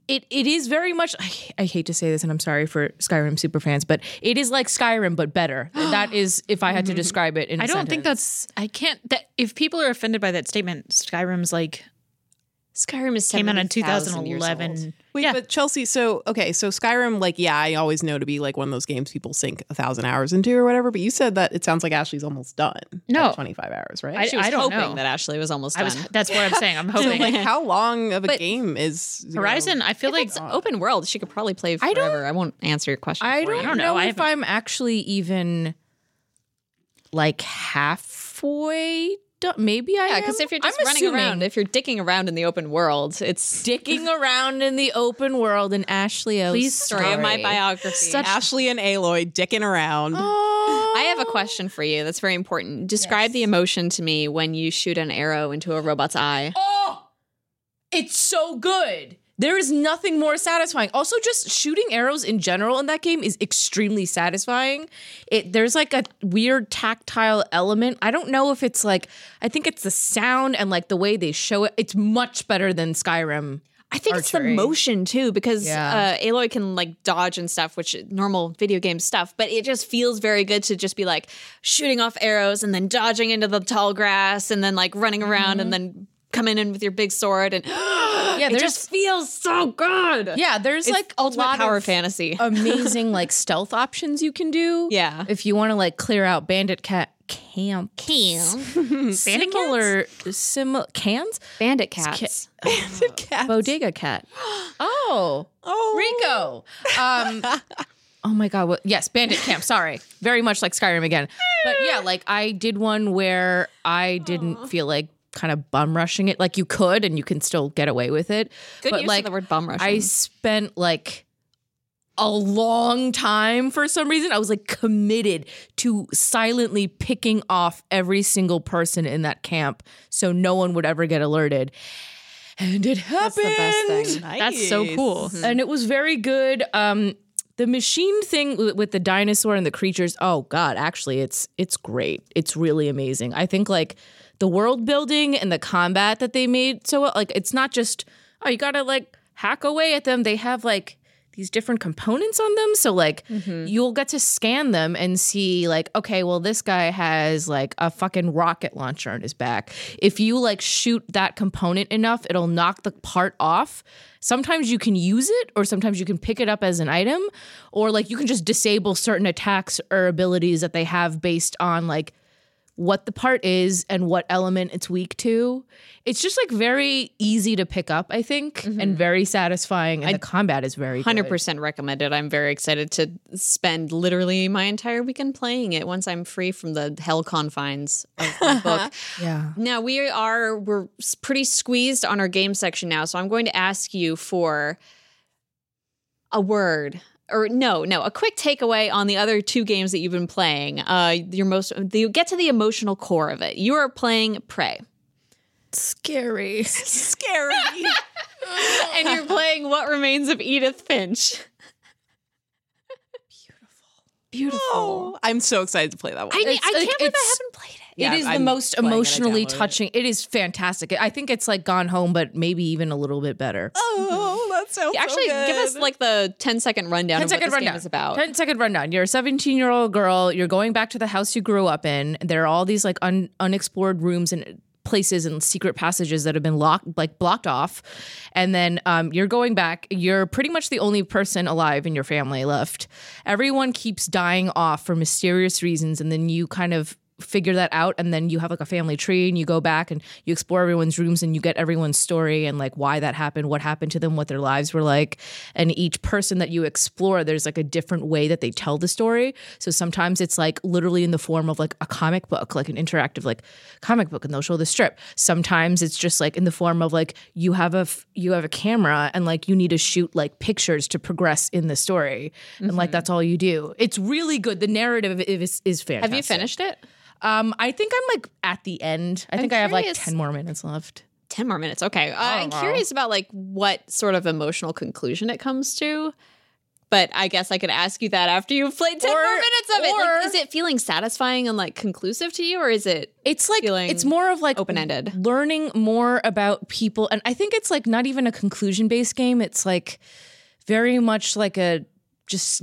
[SPEAKER 2] it, it is very much I, I hate to say this and I'm sorry for Skyrim super fans, but it is like Skyrim but
[SPEAKER 4] [gasps]
[SPEAKER 2] better. that is if I had to describe it in I
[SPEAKER 4] [laughs] Mm-hmm. I don't think that's. I can't. That if people are offended by that statement, Skyrim's like
[SPEAKER 1] Skyrim is
[SPEAKER 4] came out in
[SPEAKER 1] 70,000 years old.
[SPEAKER 4] 2011.
[SPEAKER 3] wait,
[SPEAKER 4] Yeah.
[SPEAKER 3] but Chelsea, so okay, so Skyrim, like, yeah, I always know to be like one of those games people sink a thousand hours into or whatever, but you said that it sounds like Ashley's almost done.
[SPEAKER 4] No.
[SPEAKER 3] at 25 hours, right?
[SPEAKER 4] I,
[SPEAKER 1] She was
[SPEAKER 4] I don't
[SPEAKER 1] hoping
[SPEAKER 4] know.
[SPEAKER 1] that Ashley was almost
[SPEAKER 4] I was.
[SPEAKER 1] done.
[SPEAKER 4] That's what I'm saying. I'm hoping.
[SPEAKER 3] like, how long of a
[SPEAKER 1] But-
[SPEAKER 3] game is you know-
[SPEAKER 4] Horizon. I feel [laughs] like
[SPEAKER 1] It's open world. She could probably play forever. I, won't answer your question.
[SPEAKER 2] I
[SPEAKER 1] for
[SPEAKER 2] don't,
[SPEAKER 1] you.
[SPEAKER 4] don't know.
[SPEAKER 2] know,
[SPEAKER 4] I
[SPEAKER 2] if I'm actually even like halfway done. Maybe I
[SPEAKER 1] Yeah,
[SPEAKER 2] am.
[SPEAKER 1] because if you're
[SPEAKER 2] I'm
[SPEAKER 1] just running
[SPEAKER 2] assuming
[SPEAKER 1] around, if you're dicking around in the open world, it's
[SPEAKER 2] dicking around in the open world in Ashley O's
[SPEAKER 4] Please
[SPEAKER 1] story
[SPEAKER 2] story
[SPEAKER 1] of my biography.
[SPEAKER 3] Ashley and Aloy dicking around.
[SPEAKER 1] Oh.
[SPEAKER 3] [laughs]
[SPEAKER 1] I have a question for you that's very important. Describe the emotion to me when you shoot an arrow into a robot's eye.
[SPEAKER 2] Oh, it's so good. There is nothing more satisfying. Also, just shooting arrows in general in that game is extremely satisfying. It there's like a weird tactile element. I don't know if it's like I think it's the sound and like the way they show it. It's much better than Skyrim.
[SPEAKER 1] I think it's the
[SPEAKER 2] Archery.
[SPEAKER 1] motion too, because
[SPEAKER 2] Yeah.
[SPEAKER 1] uh, Aloy can like dodge and stuff, which normal video game stuff. But it just feels very good to just be like shooting off arrows and then dodging into the tall grass and then like running around and
[SPEAKER 2] Mm-hmm.
[SPEAKER 1] then coming in with your big sword
[SPEAKER 2] [gasps]
[SPEAKER 1] and
[SPEAKER 2] Yeah,
[SPEAKER 1] it
[SPEAKER 2] there's
[SPEAKER 1] just feels so good.
[SPEAKER 2] yeah, there's
[SPEAKER 1] it's
[SPEAKER 2] like
[SPEAKER 1] like
[SPEAKER 2] a
[SPEAKER 1] ultimate
[SPEAKER 2] lot
[SPEAKER 1] power
[SPEAKER 2] of Oh,
[SPEAKER 1] fantasy. [laughs]
[SPEAKER 2] amazing like stealth options you can do.
[SPEAKER 1] Yeah.
[SPEAKER 2] if you want to like clear out bandit cat camp [laughs] similar similar cans
[SPEAKER 1] Bandit cats.
[SPEAKER 3] Cats.
[SPEAKER 2] bodega
[SPEAKER 1] [gasps]
[SPEAKER 2] cat. Oh,
[SPEAKER 3] Oh.
[SPEAKER 2] Rico. Um,
[SPEAKER 1] [laughs]
[SPEAKER 2] oh my God. What, yes, Bandit Camp. Sorry. Very much like Skyrim again. But yeah, like I did one where I didn't feel like kind of bum rushing it. Like you could and you can still get away with it.
[SPEAKER 1] Good
[SPEAKER 2] but
[SPEAKER 1] use
[SPEAKER 2] like
[SPEAKER 1] of the word bum rushing.
[SPEAKER 2] I spent like a long time for some reason. I was like committed to silently picking off every single person in that camp so no one would ever get alerted. And it happened.
[SPEAKER 4] That's so
[SPEAKER 3] Nice.
[SPEAKER 4] cool.
[SPEAKER 2] And it was very good. Um, the machine thing with, with the dinosaur and the creatures. Oh God, actually, it's it's great. It's really amazing. I think like the world building and the combat that they made so well, like it's not just oh you gotta like hack away at them. They have like these different components on them. So like you'll get to scan them and see like okay, well this guy has like a fucking rocket launcher on his back. If you like shoot that component enough, it'll knock the part off. Sometimes you can use it or sometimes you can pick it up as an item or like you can just disable certain attacks or abilities that they have based on like what the part is and what element it's weak to. It's just like very easy to pick up, I think, and very satisfying. And the combat is very good.
[SPEAKER 1] Hundred percent recommended. I'm very excited to spend literally my entire weekend playing it once I'm free from the hell confines of [laughs] my book.
[SPEAKER 2] Yeah.
[SPEAKER 1] Now we are we're s- pretty squeezed on our game section now, so I'm going to ask you for a word or no, no, a quick takeaway on the other two games that you've been playing. Uh, your most you get to the emotional core of it. You are playing Prey,
[SPEAKER 2] Scary. [laughs]
[SPEAKER 3] Scary.
[SPEAKER 1] [laughs] and [laughs] you're playing What Remains of Edith Finch. Beautiful.
[SPEAKER 3] Oh, I'm so excited to play that one.
[SPEAKER 1] I, need-
[SPEAKER 2] It's
[SPEAKER 1] I
[SPEAKER 2] like-
[SPEAKER 1] can't believe I
[SPEAKER 2] it's-
[SPEAKER 1] haven't played it.
[SPEAKER 3] Yeah,
[SPEAKER 2] it is the
[SPEAKER 3] I'm
[SPEAKER 2] most
[SPEAKER 3] playing it. I
[SPEAKER 2] emotionally
[SPEAKER 3] downloaded it.
[SPEAKER 2] touching. It is fantastic. I think it's like Gone Home, but maybe even a little bit better.
[SPEAKER 3] oh, that's so
[SPEAKER 1] Actually, give us like the 10 second rundown of
[SPEAKER 2] 10
[SPEAKER 1] what
[SPEAKER 2] second
[SPEAKER 1] this
[SPEAKER 2] rundown.
[SPEAKER 1] game is about.
[SPEAKER 2] 10 second rundown. You're a 17 year old girl. You're going back to the house you grew up in. There are all these like un- unexplored rooms and places and secret passages that have been locked, like blocked off. And then um, you're going back. You're pretty much the only person alive in your family left. Everyone keeps dying off for mysterious reasons. And then you kind of figure that out and then you have like a family tree and you go back and you explore everyone's rooms and you get everyone's story and like why that happened what happened to them what their lives were like and each person that you explore there's like a different way that they tell the story so sometimes it's like literally in the form of like a comic book like an interactive like comic book and they'll show the strip sometimes it's just like in the form of like you have a f- you have a camera and like you need to shoot like pictures to progress in the story and like that's all you do it's really good the narrative is is fantastic
[SPEAKER 1] Mm-hmm. Have you finished it?
[SPEAKER 2] um, I think I'm like at the end. I think I have like
[SPEAKER 1] curious.
[SPEAKER 2] ten more minutes left.
[SPEAKER 1] 10 more minutes. Okay. Uh,
[SPEAKER 2] Oh,
[SPEAKER 1] I'm curious about like what sort of emotional conclusion it comes to. But I guess I could ask you that after you've played 10
[SPEAKER 2] Or-
[SPEAKER 1] more minutes of it. Like,
[SPEAKER 2] or-
[SPEAKER 1] is it feeling satisfying and like conclusive to you or is it
[SPEAKER 2] It's like
[SPEAKER 1] Feeling
[SPEAKER 2] it's more of like
[SPEAKER 1] open-ended.
[SPEAKER 2] learning more about people, and I think it's like not even a conclusion based game. It's like very much like a just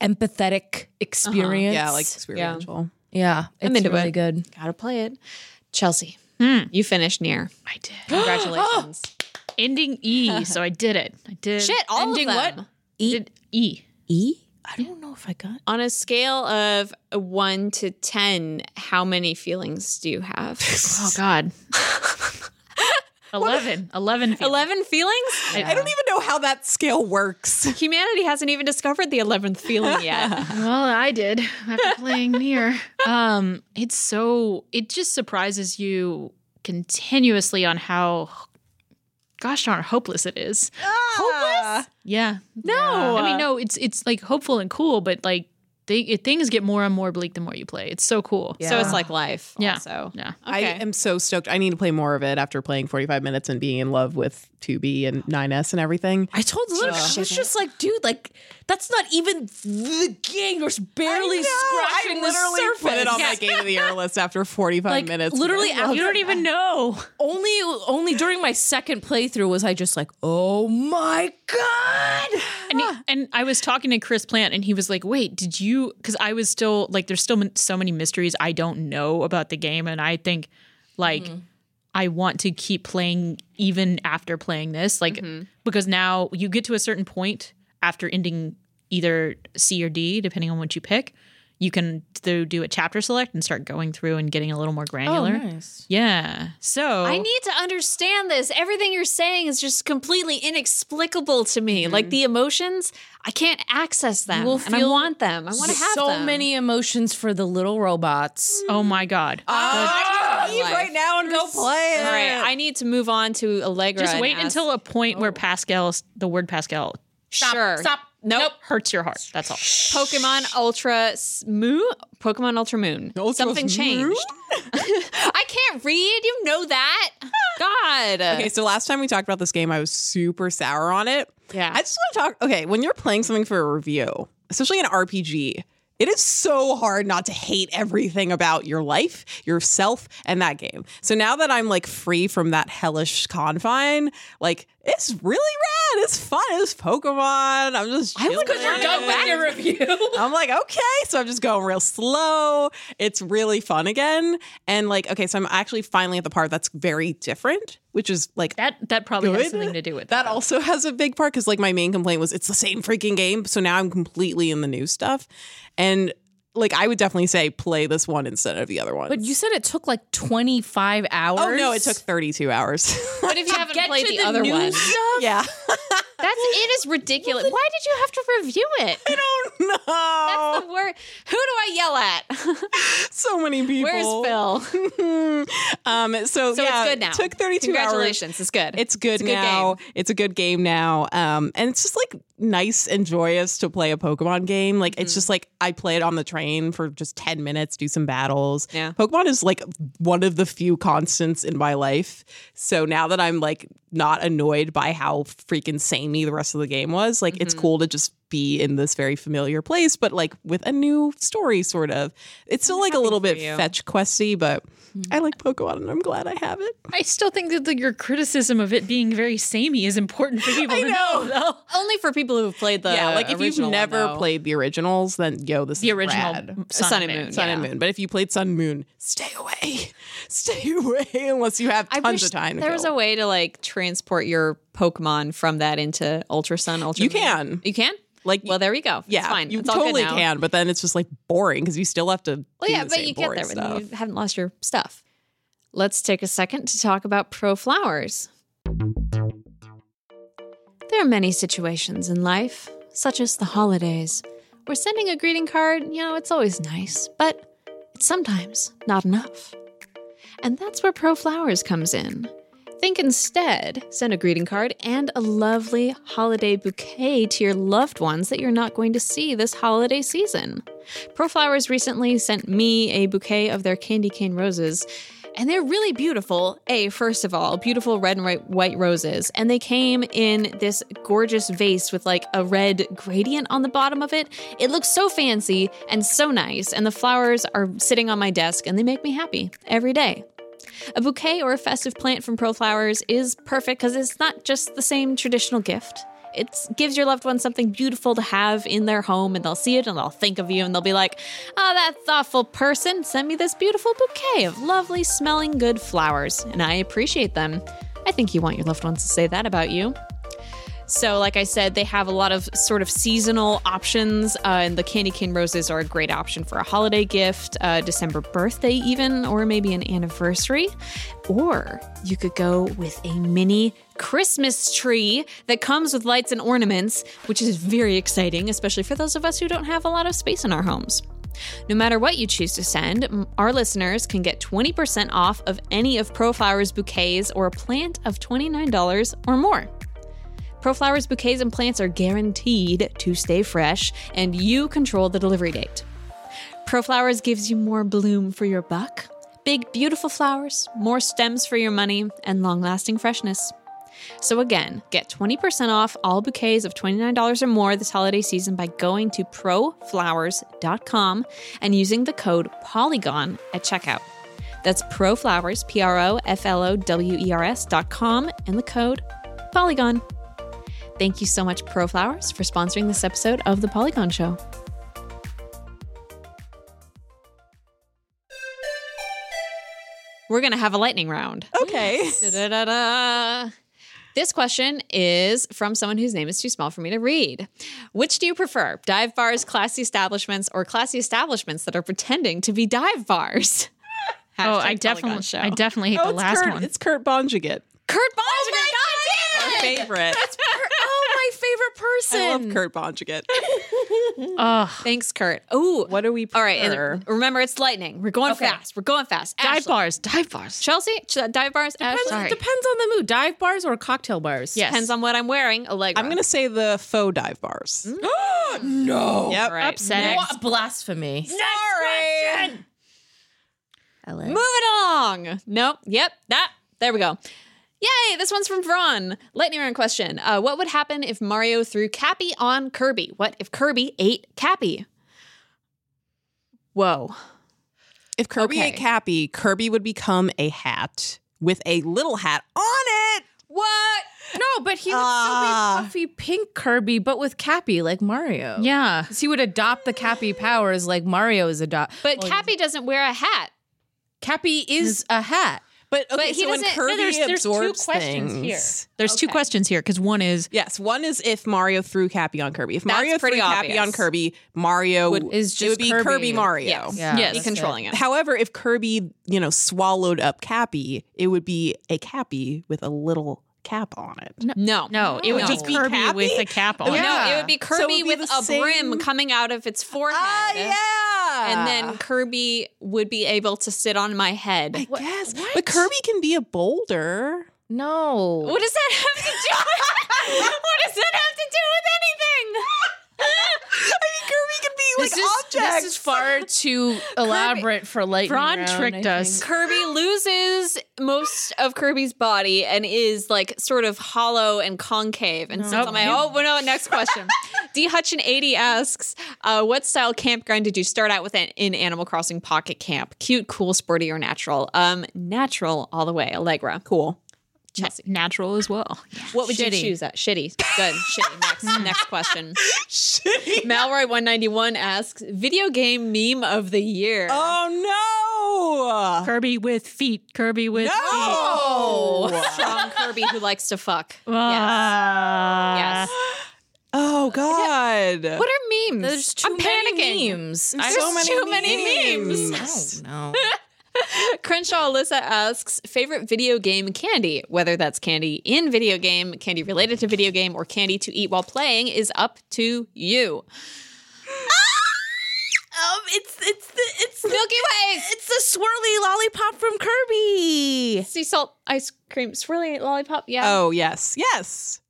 [SPEAKER 2] empathetic experience.
[SPEAKER 3] Uh-huh. yeah, like experiential.
[SPEAKER 2] yeah, it's
[SPEAKER 1] into
[SPEAKER 2] really
[SPEAKER 1] it.
[SPEAKER 2] good.
[SPEAKER 1] Gotta play it. Chelsea,
[SPEAKER 2] Hmm.
[SPEAKER 1] you finished near.
[SPEAKER 4] I
[SPEAKER 2] [gasps]
[SPEAKER 4] did.
[SPEAKER 1] Congratulations.
[SPEAKER 4] Ending E, so I did it. I
[SPEAKER 1] [gasps]
[SPEAKER 4] did.
[SPEAKER 1] Shit, all
[SPEAKER 2] Ending
[SPEAKER 1] of
[SPEAKER 2] what?
[SPEAKER 1] them.
[SPEAKER 4] I did E.
[SPEAKER 2] E. I don't know if I got.
[SPEAKER 1] On a scale of one to 10, how many feelings do you
[SPEAKER 2] [laughs]
[SPEAKER 1] have?
[SPEAKER 4] Oh God. [laughs] Eleven. Eleven. feet.
[SPEAKER 1] 11 feelings?
[SPEAKER 3] I don't even know how that scale
[SPEAKER 2] [laughs]
[SPEAKER 3] works.
[SPEAKER 1] Humanity hasn't even discovered the 11th feeling yet.
[SPEAKER 4] Well, I did after playing near. Um, it's so it just surprises you continuously on how gosh darn hopeless it is.
[SPEAKER 3] Hopeless.
[SPEAKER 4] Yeah. No. I mean, no, it's it's like hopeful and cool, but like they, it, things get more and more bleak the more you play. It's so cool.
[SPEAKER 1] So it's like life.
[SPEAKER 4] Yeah.
[SPEAKER 1] Also.
[SPEAKER 4] Yeah.
[SPEAKER 3] I am so stoked. I need to play more of it after playing 45 minutes and being in love with 2B and 9S and everything.
[SPEAKER 2] I told Luke, she was just like, dude, like that's not even the game. You're barely scratching the surface.
[SPEAKER 3] put it on my game of the year list after 45
[SPEAKER 2] like
[SPEAKER 3] minutes.
[SPEAKER 2] literally
[SPEAKER 4] You don't [laughs] even know.
[SPEAKER 2] only only during my second playthrough was I just like, oh my god.
[SPEAKER 4] And, he- and I was talking to Chris Plant, and he was like, "Wait, did you?" Because I was still like, "There's still mon- so many mysteries I don't know about the game," and I think, like,
[SPEAKER 1] Mm-hmm.
[SPEAKER 4] I want to keep playing even after playing this, like,
[SPEAKER 1] Mm-hmm.
[SPEAKER 4] because now you get to a certain point after ending either C or D, depending on what you pick. You can do do a chapter select and start going through and getting a little more granular.
[SPEAKER 2] nice.
[SPEAKER 4] Yeah. So
[SPEAKER 1] Oh, I need to understand this. Everything you're saying is just completely inexplicable to me. Like the emotions, I can't access them.
[SPEAKER 2] will
[SPEAKER 1] and I
[SPEAKER 2] feel
[SPEAKER 1] want them. I want to have
[SPEAKER 2] so
[SPEAKER 1] them.
[SPEAKER 2] many emotions for the little robots.
[SPEAKER 4] Oh my god.
[SPEAKER 2] Ah!
[SPEAKER 3] leave right now and go play
[SPEAKER 1] All right, I need to move on to Allegra.
[SPEAKER 4] Just
[SPEAKER 1] and
[SPEAKER 4] wait
[SPEAKER 1] ask- Oh.
[SPEAKER 4] until a point where Pascal's the word Pascal
[SPEAKER 1] sure.
[SPEAKER 2] Stop.
[SPEAKER 1] Nope.
[SPEAKER 4] hurts your heart. That's all.
[SPEAKER 1] Pokemon Ultra S- Moon. Pokemon Ultra Moon. Something changed. I can't read. You know that. God.
[SPEAKER 3] Okay, so last time we talked about this game, I was super sour on it.
[SPEAKER 1] Yeah.
[SPEAKER 3] I just want to talk. Okay, when you're playing something for a review, especially an RPG, it is so hard not to hate everything about your life, yourself, and that game. So now that I'm like free from that hellish confine, like it's really rad. It's fun. It's Pokemon. I'm just. I
[SPEAKER 1] wouldn't want to go back.
[SPEAKER 2] review.
[SPEAKER 3] I'm like, okay. So I'm just going real slow. It's really fun again. And like, okay, so I'm actually finally at the part that's very different, which is like
[SPEAKER 4] That that probably
[SPEAKER 3] good.
[SPEAKER 4] has something to do with
[SPEAKER 3] That also [laughs] has a big part because like my main complaint was it's the same freaking game. So now I'm completely in the new stuff, and like I would definitely say play this one instead of the other one.
[SPEAKER 2] [laughs] But you said it took like 25 hours.
[SPEAKER 3] oh no, it took 32 hours. [laughs]
[SPEAKER 1] What if you haven't
[SPEAKER 2] Get
[SPEAKER 1] played
[SPEAKER 2] to
[SPEAKER 1] the, other
[SPEAKER 2] new
[SPEAKER 1] one?
[SPEAKER 2] stuff.
[SPEAKER 3] yeah, [laughs]
[SPEAKER 1] That's it is ridiculous. Why did you have to review it?
[SPEAKER 3] I don't know.
[SPEAKER 1] That's the word. Who do I yell at? [laughs]
[SPEAKER 3] so many people.
[SPEAKER 1] Where's Phil? So
[SPEAKER 3] Um, so yeah,
[SPEAKER 1] it's good now.
[SPEAKER 3] Took 32 hours.
[SPEAKER 1] Congratulations. It's good.
[SPEAKER 3] It's good,
[SPEAKER 1] good
[SPEAKER 3] now. It's a good game now. Um, and it's just like nice and joyous to play a Pokemon game. Like it's just like I play it on the train for just ten minutes, do some battles.
[SPEAKER 1] Yeah.
[SPEAKER 3] Pokemon is like one of the few constants in my life. So now Mm-hmm. that I'm like not annoyed by how freaking samey the rest of the game was, like it's cool to just be in this very familiar place, but like with a new story, sort of. It's still like a little bit
[SPEAKER 1] you.
[SPEAKER 3] fetch questy, but I like Pokemon and I'm glad I have it.
[SPEAKER 4] I still think that like, your criticism of it being very samey is important for people to know. though.
[SPEAKER 1] Only for people who've played the
[SPEAKER 3] yeah, like if you've
[SPEAKER 1] original one,
[SPEAKER 3] never
[SPEAKER 1] though.
[SPEAKER 3] played the originals, then yo, this
[SPEAKER 4] The
[SPEAKER 3] is
[SPEAKER 4] original
[SPEAKER 3] rad.
[SPEAKER 4] Sun,
[SPEAKER 1] Sun
[SPEAKER 4] and
[SPEAKER 1] and
[SPEAKER 4] Moon.
[SPEAKER 1] Moon,
[SPEAKER 3] Sun and Moon. But if you played Sun and Moon, stay away, [laughs] stay away, unless you have
[SPEAKER 1] I
[SPEAKER 3] tons
[SPEAKER 1] wish
[SPEAKER 3] of time. to
[SPEAKER 1] there was
[SPEAKER 3] kill.
[SPEAKER 1] a way to like transport your Pokemon from that into Ultra Sun, Ultra.
[SPEAKER 3] You
[SPEAKER 1] Moon.
[SPEAKER 3] can.
[SPEAKER 1] You can.
[SPEAKER 3] Like,
[SPEAKER 1] well, there we go.
[SPEAKER 3] yeah,
[SPEAKER 1] it's fine.
[SPEAKER 3] you
[SPEAKER 1] it's all
[SPEAKER 3] totally
[SPEAKER 1] good now.
[SPEAKER 3] can, but then it's just like boring because you still have to.
[SPEAKER 1] Well,
[SPEAKER 3] do
[SPEAKER 1] yeah,
[SPEAKER 3] the
[SPEAKER 1] but
[SPEAKER 3] same
[SPEAKER 1] you get
[SPEAKER 3] boring
[SPEAKER 1] there
[SPEAKER 3] stuff.
[SPEAKER 1] when you haven't lost your stuff. Let's take a second to talk about pro flowers. There are many situations in life, such as the holidays, where sending a greeting card, you know, it's always nice, but it's sometimes not enough. And that's where Pro Flowers comes in. Think instead, send a greeting card and a lovely holiday bouquet to your loved ones that you're not going to see this holiday season. Pro Flowers recently sent me a bouquet of their candy cane roses. And they're really beautiful. A, first of all, beautiful red and white- white roses. And they came in this gorgeous vase with like a red gradient on the bottom of it. It looks so fancy and so nice. And the flowers are sitting on my desk and they make me happy every day. A bouquet or a festive plant from Pro Flowers is perfect because it's not just the same traditional gift. It gives your loved one something beautiful to have in their home, and they'll see it and they'll think of you and they'll be like, Oh, that thoughtful person sent me this beautiful bouquet of lovely smelling good flowers, and I appreciate them. I think you want your loved ones to say that about you. So, like I said, they have a lot of sort of seasonal options, uh, and the candy cane roses are a great option for a holiday gift, uh, December birthday, even, or maybe an anniversary. Or you could go with a mini Christmas tree that comes with lights and ornaments, which is very exciting, especially for those of us who don't have a lot of space in our homes. No matter what you choose to send, m- our listeners can get 20% off of any of ProFlowers bouquets or a plant of $29 or more. ProFlowers bouquets and plants are guaranteed to stay fresh, and you control the delivery date. ProFlowers gives you more bloom for your buck, big, beautiful flowers, more stems for your money, and long lasting freshness. So, again, get 20% off all bouquets of $29 or more this holiday season by going to proflowers.com and using the code POLYGON at checkout. That's proflowers, P R O F L O W E R S.com, and the code POLYGON. Thank you so much, ProFlowers, for sponsoring this episode of The Polygon Show. We're going to have a lightning round.
[SPEAKER 3] Okay.
[SPEAKER 1] [laughs] Da-da-da-da. This question is from someone whose name is too small for me to read. Which do you prefer, dive bars, classy establishments, or classy establishments that are pretending to be dive bars?
[SPEAKER 4] [laughs] Oh, I
[SPEAKER 1] Hashtag Polygon
[SPEAKER 4] definitely,
[SPEAKER 1] Show.
[SPEAKER 4] I definitely hate
[SPEAKER 3] Oh,
[SPEAKER 4] the
[SPEAKER 3] it's
[SPEAKER 4] last
[SPEAKER 3] Kurt,
[SPEAKER 4] one.
[SPEAKER 3] It's Kurt Vonnegut.
[SPEAKER 1] Kurt Vonnegut, oh
[SPEAKER 3] My favorite.
[SPEAKER 1] [laughs] Oh, my favorite person.
[SPEAKER 3] I love Kurt Vonnegut.
[SPEAKER 4] Ugh.
[SPEAKER 1] Thanks, Kurt. Ooh,
[SPEAKER 3] What do we
[SPEAKER 1] All right,
[SPEAKER 3] prefer?
[SPEAKER 1] and remember it's lightning. We're going fast. We're going fast.
[SPEAKER 4] dive
[SPEAKER 1] Ashley.
[SPEAKER 4] bars, dive bars.
[SPEAKER 1] Chelsea, Ch- dive bars. Ashley.
[SPEAKER 2] Depends, depends on the mood. Dive bars or cocktail bars.
[SPEAKER 4] Yes.
[SPEAKER 1] Depends on what I'm wearing. Allegra.
[SPEAKER 3] I'm gonna say the faux dive bars.
[SPEAKER 1] Mm.
[SPEAKER 3] [gasps] no. Yep.
[SPEAKER 1] All right.
[SPEAKER 4] Upset.
[SPEAKER 2] What blasphemy.
[SPEAKER 3] Sorry.
[SPEAKER 1] Move it along. Nope. Yep. That. There we go. Yay! This one's from Vron. Lightning round question. Uh, what would happen if Mario threw Cappy on Kirby? What if Kirby ate Cappy? Whoa.
[SPEAKER 3] If Kirby
[SPEAKER 1] Okay.
[SPEAKER 3] ate Cappy, Kirby would become a hat with a little hat on it.
[SPEAKER 2] What? No, but he would
[SPEAKER 3] Ah.
[SPEAKER 2] still be puffy pink Kirby, but with Cappy like Mario.
[SPEAKER 4] Yeah.
[SPEAKER 2] 'Cause He would adopt the Cappy powers like Mario is adopt.
[SPEAKER 1] But Cappy doesn't wear a hat.
[SPEAKER 2] Cappy is a hat.
[SPEAKER 3] But okay,
[SPEAKER 1] But he
[SPEAKER 3] so when
[SPEAKER 1] doesn't-
[SPEAKER 3] Kirby
[SPEAKER 1] no,
[SPEAKER 4] there's- there's two
[SPEAKER 3] absorbs
[SPEAKER 4] questions
[SPEAKER 3] things,
[SPEAKER 4] here. There's two
[SPEAKER 1] Okay.
[SPEAKER 4] questions here because one is
[SPEAKER 3] Yes, one is if Mario threw Cappy on Kirby. If Mario threw
[SPEAKER 1] pretty
[SPEAKER 3] Cappy on
[SPEAKER 1] obvious.
[SPEAKER 3] Kirby, Mario
[SPEAKER 2] Would- is
[SPEAKER 3] it would
[SPEAKER 2] just
[SPEAKER 3] be
[SPEAKER 2] Kirby.
[SPEAKER 3] Kirby Mario.
[SPEAKER 2] Yeah.
[SPEAKER 4] Yes.
[SPEAKER 1] Be
[SPEAKER 4] that's
[SPEAKER 1] controlling it.
[SPEAKER 3] However, if Kirby, you know, swallowed up Cappy, it would be a Cappy with a little cap on it.
[SPEAKER 1] No.
[SPEAKER 4] no, it would
[SPEAKER 3] No.
[SPEAKER 4] just
[SPEAKER 3] Just
[SPEAKER 4] be
[SPEAKER 3] be
[SPEAKER 4] Kirby
[SPEAKER 3] Cappy?
[SPEAKER 4] with a cap on.
[SPEAKER 1] Oh, No,
[SPEAKER 4] it.
[SPEAKER 2] Yeah.
[SPEAKER 1] it would be
[SPEAKER 3] So it
[SPEAKER 1] Kirby
[SPEAKER 3] would be
[SPEAKER 1] with
[SPEAKER 3] the
[SPEAKER 1] a brim
[SPEAKER 3] same- Ah,
[SPEAKER 1] coming out of its forehead.
[SPEAKER 3] yeah.
[SPEAKER 1] And then Kirby would be able to sit on my head.
[SPEAKER 3] I guess. But Kirby can be a boulder.
[SPEAKER 2] No.
[SPEAKER 1] What does that have to do? [laughs] what does that have to do with anything?
[SPEAKER 3] [laughs] I mean, Kirby can be like
[SPEAKER 2] this is,
[SPEAKER 3] objects.
[SPEAKER 2] this is far too elaborate for lightning.
[SPEAKER 4] Ron
[SPEAKER 2] round,
[SPEAKER 4] tricked
[SPEAKER 2] I
[SPEAKER 4] us.
[SPEAKER 2] think.
[SPEAKER 1] Kirby loses most of Kirby's body and is like sort of hollow and concave. And since
[SPEAKER 4] Nope.
[SPEAKER 1] I'm like, oh, well, no, next question. D. Hutchin 80 asks, uh, what style campground did you start out with in, in Animal Crossing Pocket Camp? Cute, cool, sporty, or natural? Um, natural all the way. Allegra.
[SPEAKER 3] cool.
[SPEAKER 1] Chelsea.
[SPEAKER 4] Natural as well.
[SPEAKER 1] What would
[SPEAKER 2] Shitty.
[SPEAKER 1] you choose at? Shitty. Good. Shitty. Next. Next question. Shitty. Malroy191 asks, video game meme of the year.
[SPEAKER 3] Oh no!
[SPEAKER 4] Kirby with feet. Kirby with feet.
[SPEAKER 3] No!
[SPEAKER 1] Strong Kirby who likes to [laughs] fuck.
[SPEAKER 4] Ah.
[SPEAKER 1] Yes.
[SPEAKER 3] Oh god!
[SPEAKER 1] What are memes?
[SPEAKER 2] There's too
[SPEAKER 1] I'm
[SPEAKER 2] many
[SPEAKER 1] panicking.
[SPEAKER 2] memes.
[SPEAKER 1] There's
[SPEAKER 3] so many
[SPEAKER 1] too many memes.
[SPEAKER 2] I
[SPEAKER 3] memes.
[SPEAKER 2] don't [laughs] know.
[SPEAKER 1] [laughs] Crenshaw Alyssa asks favorite video game candy, whether that's candy in video game, candy related to video game, or candy to eat while playing is up to you.
[SPEAKER 2] Um, it's it's the it's the,
[SPEAKER 1] Milky Ways,
[SPEAKER 2] it's the swirly lollipop from Kirby.
[SPEAKER 1] [laughs] sea salt ice cream, swirly lollipop. Yeah,
[SPEAKER 3] Oh yes, yes.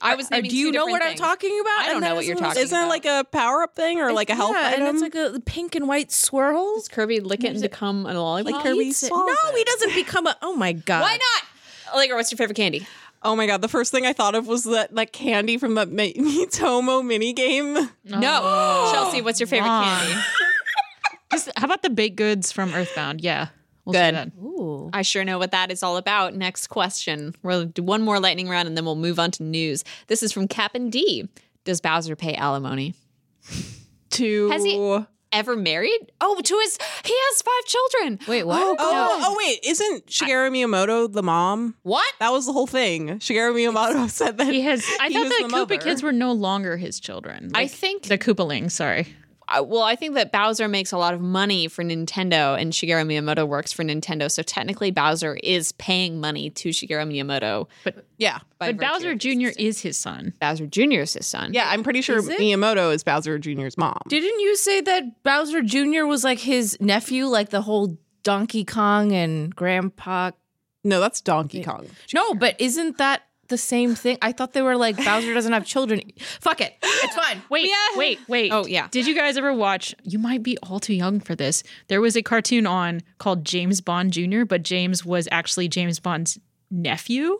[SPEAKER 1] I was.
[SPEAKER 3] Or
[SPEAKER 1] naming
[SPEAKER 3] do you
[SPEAKER 1] two
[SPEAKER 3] know what
[SPEAKER 1] different
[SPEAKER 3] I'm
[SPEAKER 1] things.
[SPEAKER 3] talking about?
[SPEAKER 1] I don't
[SPEAKER 3] And
[SPEAKER 1] know
[SPEAKER 3] that
[SPEAKER 1] what
[SPEAKER 3] is
[SPEAKER 1] you're
[SPEAKER 3] little-
[SPEAKER 1] talking
[SPEAKER 3] Isn't it
[SPEAKER 1] about.
[SPEAKER 3] like a power up thing or like a health
[SPEAKER 2] yeah,
[SPEAKER 3] item?
[SPEAKER 2] and it's like a the pink and white swirl.
[SPEAKER 1] Kirby lick it and become a lollipop.
[SPEAKER 3] Like Kirby
[SPEAKER 1] Eats it.
[SPEAKER 3] swallows
[SPEAKER 2] No,
[SPEAKER 3] it.
[SPEAKER 2] he doesn't become a. Oh my god!
[SPEAKER 1] Why not? Like, what's your favorite candy?
[SPEAKER 3] Oh my god! The first thing I thought of was that that candy from that Mi- [laughs] Tomo minigame.
[SPEAKER 1] No, [gasps] Chelsea. What's your favorite
[SPEAKER 4] Wrong.
[SPEAKER 1] candy?
[SPEAKER 4] [laughs] Just, how about the baked goods from Earthbound? Yeah. We'll do
[SPEAKER 1] Good.
[SPEAKER 4] that.
[SPEAKER 2] Ooh.
[SPEAKER 1] I sure know what that is all about. Next question. We'll do one more lightning round and then we'll move on to news. This is from Cap and D. Does Bowser pay alimony?
[SPEAKER 3] To
[SPEAKER 1] Has he-
[SPEAKER 3] oh,
[SPEAKER 1] Ever married? Oh, to his he has five children.
[SPEAKER 2] Wait, what?
[SPEAKER 3] oh wait, isn't Shigeru Miyamoto the mom?
[SPEAKER 1] What?
[SPEAKER 3] That was the whole thing. Shigeru Miyamoto said that
[SPEAKER 4] He has. I
[SPEAKER 3] He
[SPEAKER 4] thought
[SPEAKER 3] was
[SPEAKER 4] the,
[SPEAKER 3] the
[SPEAKER 4] Koopa
[SPEAKER 3] mother.
[SPEAKER 4] kids were no longer his children.
[SPEAKER 1] I
[SPEAKER 4] Like,
[SPEAKER 1] think
[SPEAKER 4] the Koopalings. Sorry.
[SPEAKER 1] I- well, I think that Bowser makes a lot of money for Nintendo and Shigeru Miyamoto works for Nintendo, so technically Bowser is paying money to Shigeru Miyamoto.
[SPEAKER 3] yeah,
[SPEAKER 1] by
[SPEAKER 4] but
[SPEAKER 1] virtue
[SPEAKER 4] Bowser
[SPEAKER 1] of
[SPEAKER 4] Jr. is his son.
[SPEAKER 1] Bowser Jr. is his son.
[SPEAKER 3] yeah. I'm pretty sure
[SPEAKER 2] Is it?
[SPEAKER 3] Miyamoto is Bowser Jr.'s mom.
[SPEAKER 2] Didn't you say that Bowser Jr. was like his nephew, like the whole Donkey Kong and Grandpa?
[SPEAKER 3] No, that's Donkey Kong.
[SPEAKER 2] No, but isn't that the same thing? I thought they were like Bowser doesn't have children. Fuck it, it's fine.
[SPEAKER 4] Wait, wait, wait.
[SPEAKER 1] Oh, yeah.
[SPEAKER 4] Did you guys ever watch? You might be all too young for this. There was a cartoon on called James Bond Jr., but James was actually James Bond's nephew.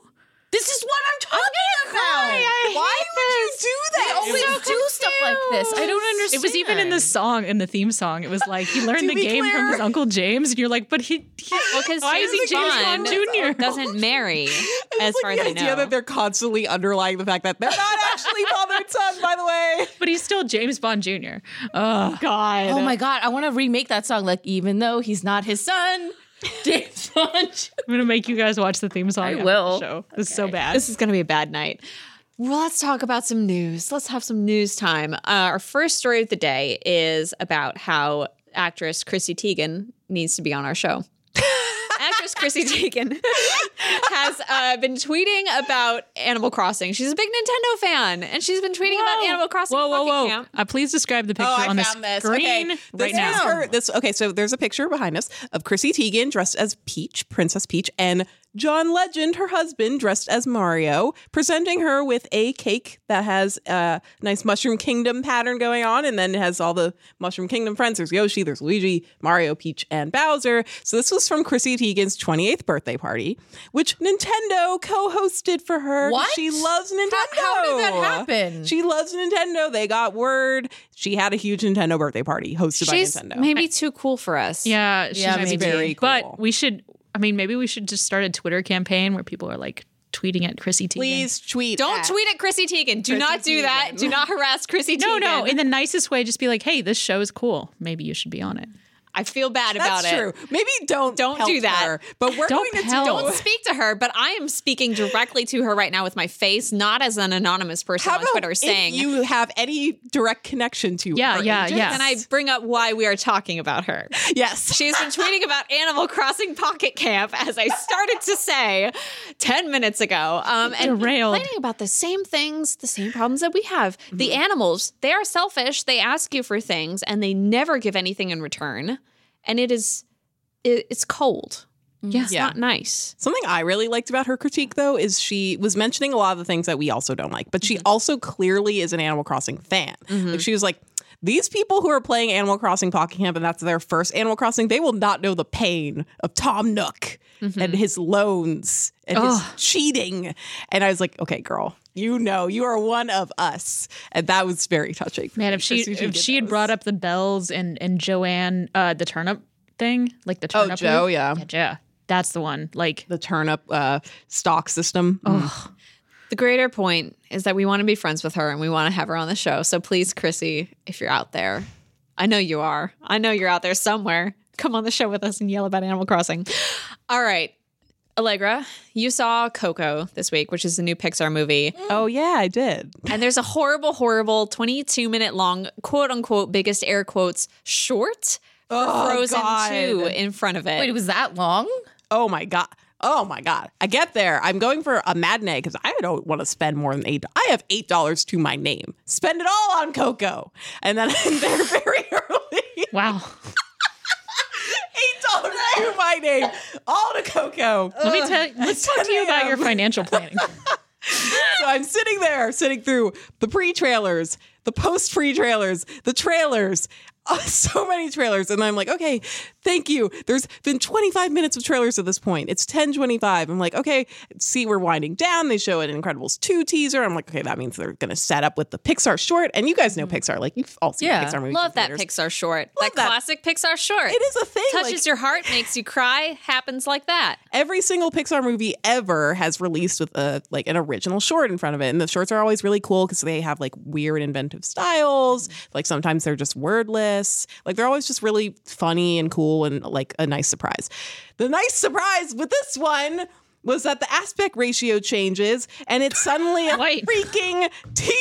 [SPEAKER 2] This is what I'm talking about.
[SPEAKER 3] Why would you do that?
[SPEAKER 2] Always do stuff like this. I don't understand.
[SPEAKER 4] It was even in the song, in the theme song. It was like he learned the
[SPEAKER 3] be
[SPEAKER 4] game
[SPEAKER 3] clear-
[SPEAKER 4] from his uncle James, and you're like, but he, he
[SPEAKER 1] Because
[SPEAKER 4] why is he James Bond Jr.?
[SPEAKER 1] doesn't marry, as far as
[SPEAKER 3] the
[SPEAKER 1] I
[SPEAKER 3] idea
[SPEAKER 1] know.
[SPEAKER 3] that they're constantly underlying the fact that they're not actually father and son, by the way.
[SPEAKER 4] but he's still James Bond Jr. Oh God.
[SPEAKER 2] Oh my god, I want to remake that song. Like even though he's not his [laughs] son, James Bond. Jr.
[SPEAKER 4] I'm gonna make you guys watch the theme song. after the
[SPEAKER 2] will.
[SPEAKER 4] Show. This is so bad.
[SPEAKER 1] This is going to be a bad night. Well, let's talk about some news. Let's have some news time. Uh, our first story of the day is about how actress Chrissy Teigen needs to be on our show.
[SPEAKER 4] [laughs]
[SPEAKER 1] actress Chrissy Teigen has uh, been tweeting about Animal Crossing. She's a big Nintendo fan, and she's been tweeting about Animal Crossing.
[SPEAKER 4] Whoa, whoa,
[SPEAKER 1] Pocket
[SPEAKER 4] whoa!
[SPEAKER 1] Camp.
[SPEAKER 4] Uh, please describe the picture
[SPEAKER 3] Oh,
[SPEAKER 4] on the screen
[SPEAKER 3] Okay,
[SPEAKER 4] right
[SPEAKER 3] this is
[SPEAKER 4] now.
[SPEAKER 3] her. This okay. So there's a picture behind us of Chrissy Teigen dressed as Peach, Princess Peach, and John Legend, her husband, dressed as Mario, presenting her with a cake that has a nice Mushroom Kingdom pattern going on, and then it has all the Mushroom Kingdom friends. There's Yoshi, there's Luigi, Mario, Peach, and Bowser. So this was from Chrissy Teigen's 28th birthday party, which Nintendo co-hosted for her. 'cause
[SPEAKER 2] What?
[SPEAKER 3] she loves Nintendo?
[SPEAKER 2] how did that happen?
[SPEAKER 3] She loves Nintendo. They got word. She had a huge Nintendo birthday party hosted
[SPEAKER 1] She's
[SPEAKER 3] by Nintendo.
[SPEAKER 1] maybe too cool for us.
[SPEAKER 4] Yeah, she
[SPEAKER 2] Yeah,
[SPEAKER 4] might be
[SPEAKER 2] maybe.
[SPEAKER 4] very
[SPEAKER 3] Very cool.
[SPEAKER 4] But we should. I mean, maybe we should just start a Twitter campaign where people are like tweeting at Chrissy Teigen.
[SPEAKER 3] Please tweet.
[SPEAKER 1] Don't
[SPEAKER 3] at-
[SPEAKER 1] tweet at Chrissy Teigen. Do not do that. Do not harass Chrissy
[SPEAKER 4] No,
[SPEAKER 1] Teigen.
[SPEAKER 4] no, in the nicest way, just be like, "Hey, this show is cool. Maybe you should be on it."
[SPEAKER 1] I feel bad about
[SPEAKER 3] That's
[SPEAKER 1] it.
[SPEAKER 3] true. Maybe don't
[SPEAKER 1] Don't
[SPEAKER 3] pelt
[SPEAKER 1] do that.
[SPEAKER 3] her. but we're
[SPEAKER 4] Don't
[SPEAKER 3] going to
[SPEAKER 4] pelt.
[SPEAKER 3] do
[SPEAKER 1] don't speak to her, but I am speaking directly to her right now with my face, not as an anonymous person
[SPEAKER 3] How
[SPEAKER 1] on
[SPEAKER 3] about
[SPEAKER 1] Twitter saying,
[SPEAKER 3] if you have any direct connection to
[SPEAKER 4] Yeah,
[SPEAKER 3] her?
[SPEAKER 4] yeah,
[SPEAKER 3] Just-
[SPEAKER 4] yeah.
[SPEAKER 1] Can I bring up why we are talking about
[SPEAKER 3] [laughs]
[SPEAKER 1] her?
[SPEAKER 3] Yes.
[SPEAKER 1] She's been tweeting about Animal Crossing Pocket Camp, as I started to say 10 minutes ago. Um, and
[SPEAKER 4] Derailed.
[SPEAKER 1] complaining about the same things, the same problems that we have. The
[SPEAKER 4] Mm-hmm.
[SPEAKER 1] animals, they are selfish. They ask you for things and they never give anything in return. And it is, it, it's cold.
[SPEAKER 4] Yeah.
[SPEAKER 1] It's not nice.
[SPEAKER 3] Something I really liked about her critique, though, is she was mentioning
[SPEAKER 4] Mm-hmm.
[SPEAKER 3] a lot of the things that we also don't like, but she also clearly is an Animal Crossing fan. Like she was like, These people who are playing Animal Crossing Pocket Camp and that's their first Animal Crossing, they will not know the pain of Tom Nook
[SPEAKER 4] Mm-hmm.
[SPEAKER 3] and his loans and his cheating. And I was like, okay, girl, you know, you are one of us. And that was very touching.
[SPEAKER 4] Man, if she if she had brought up the bells and and Joanne uh the turnip thing, like
[SPEAKER 2] Oh,
[SPEAKER 4] the turnip.
[SPEAKER 3] Joe,
[SPEAKER 4] loop.
[SPEAKER 3] yeah.
[SPEAKER 4] yeah, Joe. That's the one. Like
[SPEAKER 3] the turnip uh, stock system. Mm.
[SPEAKER 1] The greater point is that we want to be friends with her and we want to have her on the show. So please, Chrissy, if you're out there, I know you are. I know you're out there somewhere. Come on the show with us and yell about Animal Crossing. All right. Allegra, you saw Coco this week, which is the new Pixar movie.
[SPEAKER 3] Oh yeah, I did.
[SPEAKER 1] And there's a horrible, horrible 22 minute long, quote unquote, biggest air quotes, short for
[SPEAKER 3] Oh,
[SPEAKER 1] Frozen
[SPEAKER 3] God.
[SPEAKER 1] 2 in front of it.
[SPEAKER 2] Wait, it was that long?
[SPEAKER 3] Oh my god. Oh my god. I get there. I'm going for a matinee because I don't want to spend more than eight. I have eight dollars to my name. Spend it all on cocoa, and then [laughs] I'm there very early.
[SPEAKER 4] wow.
[SPEAKER 3] Eight dollars to my name, all to cocoa.
[SPEAKER 4] Let me tell let's talk to you about your financial [laughs] planning.
[SPEAKER 3] So I'm sitting there, sitting through the pre trailers, the post pre trailers, the trailers. [laughs] uh, so many trailers, and I'm like, okay, thank you. There's been 25 minutes of trailers at this point. It's 10:25. I'm like, okay, see, we're winding down. They show an Incredibles 2 teaser. I'm like, okay, that means they're gonna set up with the Pixar short. And you guys know Pixar, like you've all seen
[SPEAKER 2] Yeah.
[SPEAKER 3] Pixar movies. in
[SPEAKER 1] Mm-hmm. Love that
[SPEAKER 3] theaters.
[SPEAKER 1] Pixar short. that,
[SPEAKER 3] that.
[SPEAKER 1] classic Pixar short.
[SPEAKER 3] It is a thing.
[SPEAKER 1] Touches
[SPEAKER 3] like-
[SPEAKER 1] your heart, makes you cry, happens like that.
[SPEAKER 3] every single Pixar movie ever has released with a like an original short in front of it, and the shorts are always really cool because they have like weird inventive styles. Like sometimes they're just wordless. Like they're always just really funny and cool and like a nice surprise. The nice surprise with this one. Was that the aspect ratio changes and it's suddenly a
[SPEAKER 4] Wait.
[SPEAKER 3] freaking TV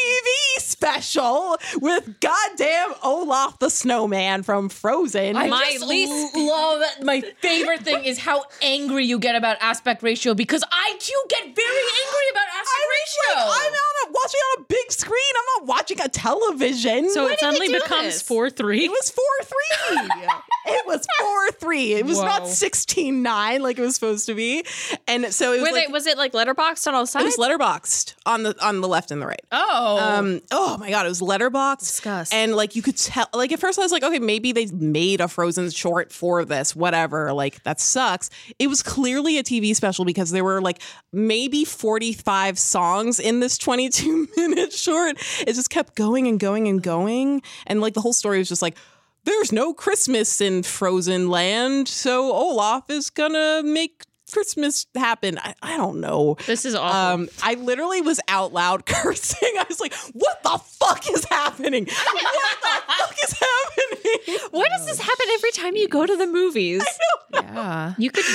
[SPEAKER 3] special with goddamn Olaf the Snowman from Frozen?
[SPEAKER 2] Oh
[SPEAKER 1] My least-
[SPEAKER 2] [laughs] love. My favorite thing is how angry you get about aspect ratio because I too get very angry about aspect
[SPEAKER 3] I was like, I'm on a, watching on a big screen. I'm not watching a television.
[SPEAKER 4] So
[SPEAKER 1] did
[SPEAKER 4] it
[SPEAKER 1] they
[SPEAKER 4] suddenly
[SPEAKER 1] do
[SPEAKER 4] becomes
[SPEAKER 1] this?
[SPEAKER 4] four three.
[SPEAKER 3] it was four three.
[SPEAKER 4] [laughs]
[SPEAKER 3] it was four three. It was not
[SPEAKER 4] Whoa.
[SPEAKER 3] sixteen nine like it was supposed to be. And so it was
[SPEAKER 1] Were
[SPEAKER 3] like
[SPEAKER 1] they, was it like letterboxed on all sides?
[SPEAKER 3] it was letterboxed on the on the left and the right.
[SPEAKER 2] oh,
[SPEAKER 3] Um, oh my god, it was letterboxed.
[SPEAKER 2] Disgust.
[SPEAKER 3] And like you could tell like at first I was like, okay, maybe they made a frozen short for this, whatever. Like that sucks. It was clearly a TV special because there were like maybe 45 songs in this 22 minute [laughs] short. It just kept going and going and going. And like the whole story was just like there's no Christmas in Frozen Land, so Olaf is gonna make Christmas happen. I, I don't know.
[SPEAKER 4] This is awful.
[SPEAKER 3] Um, I literally was out loud [laughs] cursing. I was like, "What the fuck is happening? What the fuck is happening?"
[SPEAKER 1] Why does this happen every time you go to the movies?
[SPEAKER 2] yeah.
[SPEAKER 4] you could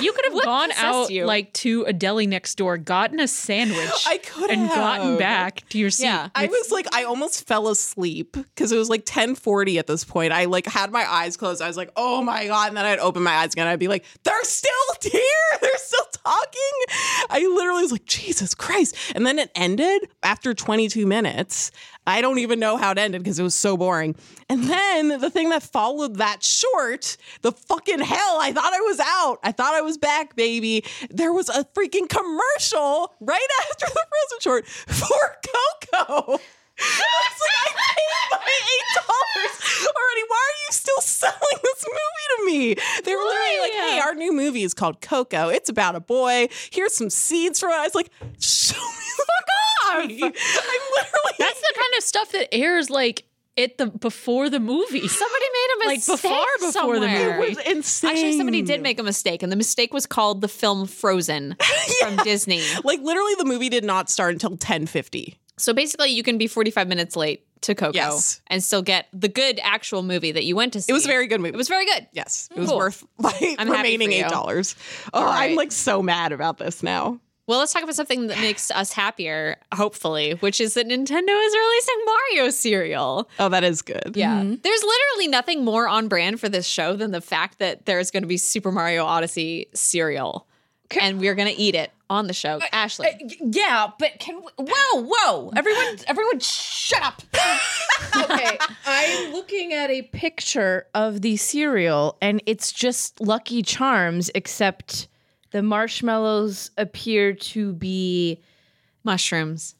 [SPEAKER 4] you could have gone
[SPEAKER 1] possessed
[SPEAKER 4] out
[SPEAKER 1] you?
[SPEAKER 4] like to a deli next door, gotten a [gasps] sandwich,
[SPEAKER 3] I could
[SPEAKER 4] and
[SPEAKER 3] have.
[SPEAKER 4] gotten back to your seat.
[SPEAKER 1] Yeah.
[SPEAKER 3] I was like, I almost fell asleep because it was like 1040 at this point. I like had my eyes closed. I was like, oh my God. And then I'd open my eyes again. I'd be like, they're still here. [laughs] They're still talking. I literally was like, Jesus Christ. And then it ended after 22 minutes. I don't even know how it ended because it was so boring. And then the thing that followed that short, the fucking hell, I thought I was out. I thought I was back, baby. There was a freaking commercial right [laughs] after the Frozen short for Coco. [laughs] I was like, I paid my eight dollars already. Why are you still selling this movie to me? They were literally like, "Hey, our new movie is called Coco. It's about a boy. Here's some seeds from it." I was like, "Show me the fuck off!" I'm literally.
[SPEAKER 4] That's the kind of stuff that airs like at the before the [laughs] movie.
[SPEAKER 1] Somebody made a
[SPEAKER 4] Like,
[SPEAKER 1] mistake
[SPEAKER 4] before- before the
[SPEAKER 1] somewhere.
[SPEAKER 4] movie.
[SPEAKER 3] it was insane.
[SPEAKER 1] Actually, somebody did make a mistake, and the mistake was called the film [laughs] Frozen from Disney.
[SPEAKER 3] Like literally, the movie did not start until 10:50.
[SPEAKER 1] So basically, you can be 45 minutes late to Coco
[SPEAKER 3] Yes.
[SPEAKER 1] and still get the good actual movie that you went to see.
[SPEAKER 3] It was a very good movie.
[SPEAKER 1] It was very good.
[SPEAKER 3] yes, it was
[SPEAKER 1] Cool.
[SPEAKER 3] worth [laughs] my
[SPEAKER 1] I'm happy
[SPEAKER 3] remaining
[SPEAKER 1] for you.
[SPEAKER 3] eight dollars. Oh,
[SPEAKER 1] right.
[SPEAKER 3] I'm like so mad about this now.
[SPEAKER 1] Well, let's talk about something that makes us happier, hopefully, which is that Nintendo is releasing Mario cereal.
[SPEAKER 3] Oh, that is good.
[SPEAKER 1] Yeah. There's literally nothing more on brand for this show than the fact that there's going to be Super Mario Odyssey cereal. and we're going to eat it on the show. Ashley.
[SPEAKER 2] Uh, yeah, but can we, whoa, whoa, everyone, everyone, shut up. [laughs] okay, I'm looking at a picture of the cereal, and it's just Lucky Charms, except the marshmallows appear to be
[SPEAKER 1] mushrooms.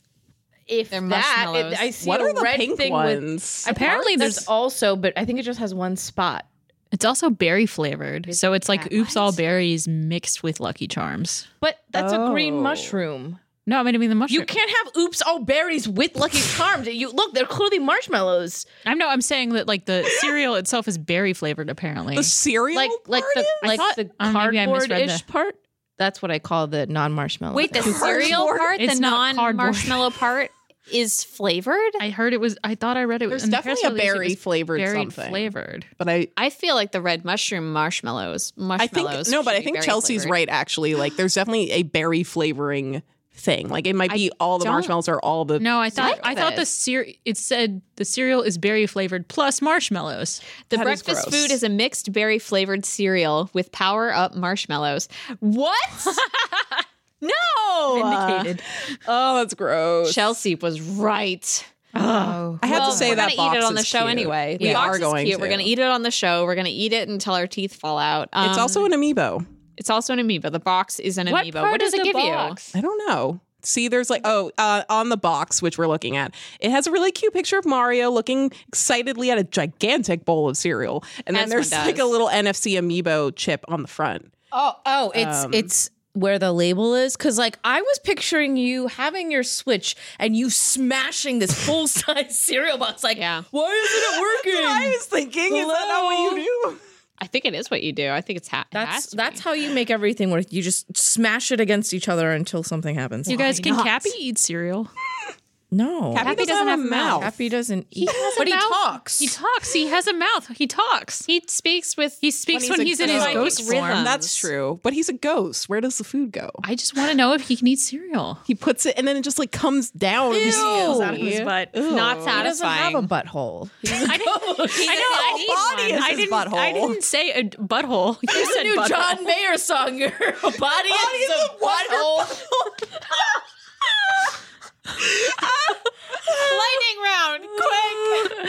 [SPEAKER 2] if
[SPEAKER 1] They're
[SPEAKER 2] that, it-
[SPEAKER 1] marshmallows.
[SPEAKER 2] I see
[SPEAKER 3] What
[SPEAKER 2] a
[SPEAKER 3] are the
[SPEAKER 2] red
[SPEAKER 3] pink
[SPEAKER 2] thing with.
[SPEAKER 3] ones?
[SPEAKER 2] Apparently, there's
[SPEAKER 4] That's-
[SPEAKER 2] also, but I think it just has one spot.
[SPEAKER 4] It's also berry flavored.
[SPEAKER 2] Is
[SPEAKER 4] so it's
[SPEAKER 2] that
[SPEAKER 4] like oops all
[SPEAKER 2] what?
[SPEAKER 4] berries mixed with Lucky Charms.
[SPEAKER 2] But that's a green
[SPEAKER 3] Oh.
[SPEAKER 2] mushroom.
[SPEAKER 4] No, I mean I mean the mushroom.
[SPEAKER 2] You can't have oops all berries with Lucky Charms. You look, they're clearly marshmallows.
[SPEAKER 4] I know I'm saying that like [laughs] the cereal itself is berry flavored apparently.
[SPEAKER 3] the cereal
[SPEAKER 2] Like like the
[SPEAKER 4] I
[SPEAKER 2] like
[SPEAKER 4] thought-
[SPEAKER 2] the
[SPEAKER 4] oh, maybe I misread
[SPEAKER 2] cardboard ish part. That's what I call the non marshmallow.
[SPEAKER 1] Wait, the cereal
[SPEAKER 3] Oh, Cardboard?
[SPEAKER 1] part,
[SPEAKER 4] It's
[SPEAKER 1] the
[SPEAKER 4] not cardboard.
[SPEAKER 1] non-marshmallow [laughs] part, is flavored.
[SPEAKER 4] I heard it was I thought I read it
[SPEAKER 3] there's
[SPEAKER 4] in the press
[SPEAKER 3] definitely a
[SPEAKER 4] release it
[SPEAKER 3] berry
[SPEAKER 4] was
[SPEAKER 3] flavored
[SPEAKER 4] berry
[SPEAKER 3] something.
[SPEAKER 4] flavored.
[SPEAKER 3] But I
[SPEAKER 1] I feel like the red mushroom marshmallows.
[SPEAKER 3] I think
[SPEAKER 1] Marshmallows.
[SPEAKER 3] no, but
[SPEAKER 1] should
[SPEAKER 3] I
[SPEAKER 1] be
[SPEAKER 3] think
[SPEAKER 1] berry
[SPEAKER 3] Chelsea's
[SPEAKER 1] flavored.
[SPEAKER 3] right actually. Like there's definitely a berry flavoring thing. Like it might
[SPEAKER 1] I
[SPEAKER 3] be all the
[SPEAKER 1] don't-
[SPEAKER 3] marshmallows or all the
[SPEAKER 4] No, I thought
[SPEAKER 1] like
[SPEAKER 4] I thought the
[SPEAKER 1] this.
[SPEAKER 4] cereal it said the cereal is berry flavored plus marshmallows.
[SPEAKER 1] The
[SPEAKER 3] That is
[SPEAKER 1] breakfast
[SPEAKER 3] gross.
[SPEAKER 1] food is a mixed berry flavored cereal with power up marshmallows. [laughs] What? no.
[SPEAKER 3] Uh,
[SPEAKER 4] Vindicated.
[SPEAKER 3] Oh, that's gross.
[SPEAKER 1] Chelsea was right.
[SPEAKER 4] Oh.
[SPEAKER 3] I have
[SPEAKER 1] Well,
[SPEAKER 3] to say
[SPEAKER 1] we're gonna
[SPEAKER 3] that box
[SPEAKER 1] eat it on
[SPEAKER 3] is
[SPEAKER 1] the show
[SPEAKER 3] cute.
[SPEAKER 1] anyway.
[SPEAKER 3] We
[SPEAKER 1] the box
[SPEAKER 3] are
[SPEAKER 1] is
[SPEAKER 3] going
[SPEAKER 1] cute.
[SPEAKER 3] to.
[SPEAKER 1] We're gonna eat it on the show. We're gonna eat it until our teeth fall out.
[SPEAKER 3] It's
[SPEAKER 1] Um,
[SPEAKER 3] also an amiibo.
[SPEAKER 1] it's also an amoeba. The box is an
[SPEAKER 4] What
[SPEAKER 1] amoeba.
[SPEAKER 4] part
[SPEAKER 1] What does
[SPEAKER 4] of
[SPEAKER 1] it
[SPEAKER 4] the
[SPEAKER 1] give
[SPEAKER 4] box?
[SPEAKER 3] I don't know. See, there's like oh, uh, on the box which we're looking at, it has a really cute picture of Mario looking excitedly at a gigantic bowl of cereal, and then
[SPEAKER 1] As one
[SPEAKER 3] there's like a
[SPEAKER 1] does.
[SPEAKER 3] little NFC amiibo chip on the front.
[SPEAKER 2] Oh, oh, it's
[SPEAKER 3] Um,
[SPEAKER 2] it's where the label is because like I was picturing you having your switch and you smashing this full size [laughs] cereal box. Like,
[SPEAKER 1] Yeah.
[SPEAKER 2] why isn't it
[SPEAKER 3] I
[SPEAKER 2] working?
[SPEAKER 3] was thinking, is that not what you do?
[SPEAKER 1] you? I think it is what you do. I think it's ha- it has
[SPEAKER 2] That's
[SPEAKER 1] to
[SPEAKER 2] that's
[SPEAKER 1] be.
[SPEAKER 2] how you make everything work. You just smash it against each other until something happens.
[SPEAKER 4] You guys can
[SPEAKER 1] not?
[SPEAKER 4] Cappy eat cereal.
[SPEAKER 2] no,
[SPEAKER 3] Happy,
[SPEAKER 1] Happy
[SPEAKER 3] doesn't, have a mouth.
[SPEAKER 2] Happy doesn't eat, but he
[SPEAKER 4] mouth.
[SPEAKER 2] talks.
[SPEAKER 4] He talks. He has a mouth. He talks.
[SPEAKER 1] he speaks with.
[SPEAKER 4] He speaks when he's,
[SPEAKER 3] a
[SPEAKER 4] in his
[SPEAKER 1] ghost.
[SPEAKER 4] ghost
[SPEAKER 1] Psychic
[SPEAKER 4] form.
[SPEAKER 1] rhythm.
[SPEAKER 3] That's true, but he's a ghost. Where does the food go?
[SPEAKER 4] I just want to know if he can eat cereal.
[SPEAKER 3] He puts it, and then it just like comes down. and just spills out of his butt.
[SPEAKER 1] not
[SPEAKER 2] he doesn't have
[SPEAKER 1] satisfying.
[SPEAKER 2] a butthole.
[SPEAKER 3] [laughs]
[SPEAKER 4] I didn't. I know. I need
[SPEAKER 3] body is
[SPEAKER 4] one. I
[SPEAKER 3] his
[SPEAKER 4] didn't.
[SPEAKER 3] butthole.
[SPEAKER 4] I didn't say a d- [laughs] butthole. You
[SPEAKER 2] There's a
[SPEAKER 4] said
[SPEAKER 2] new
[SPEAKER 4] butthole.
[SPEAKER 2] John Mayer song. [laughs] Your body, is a butthole.
[SPEAKER 1] lightning round. Quick.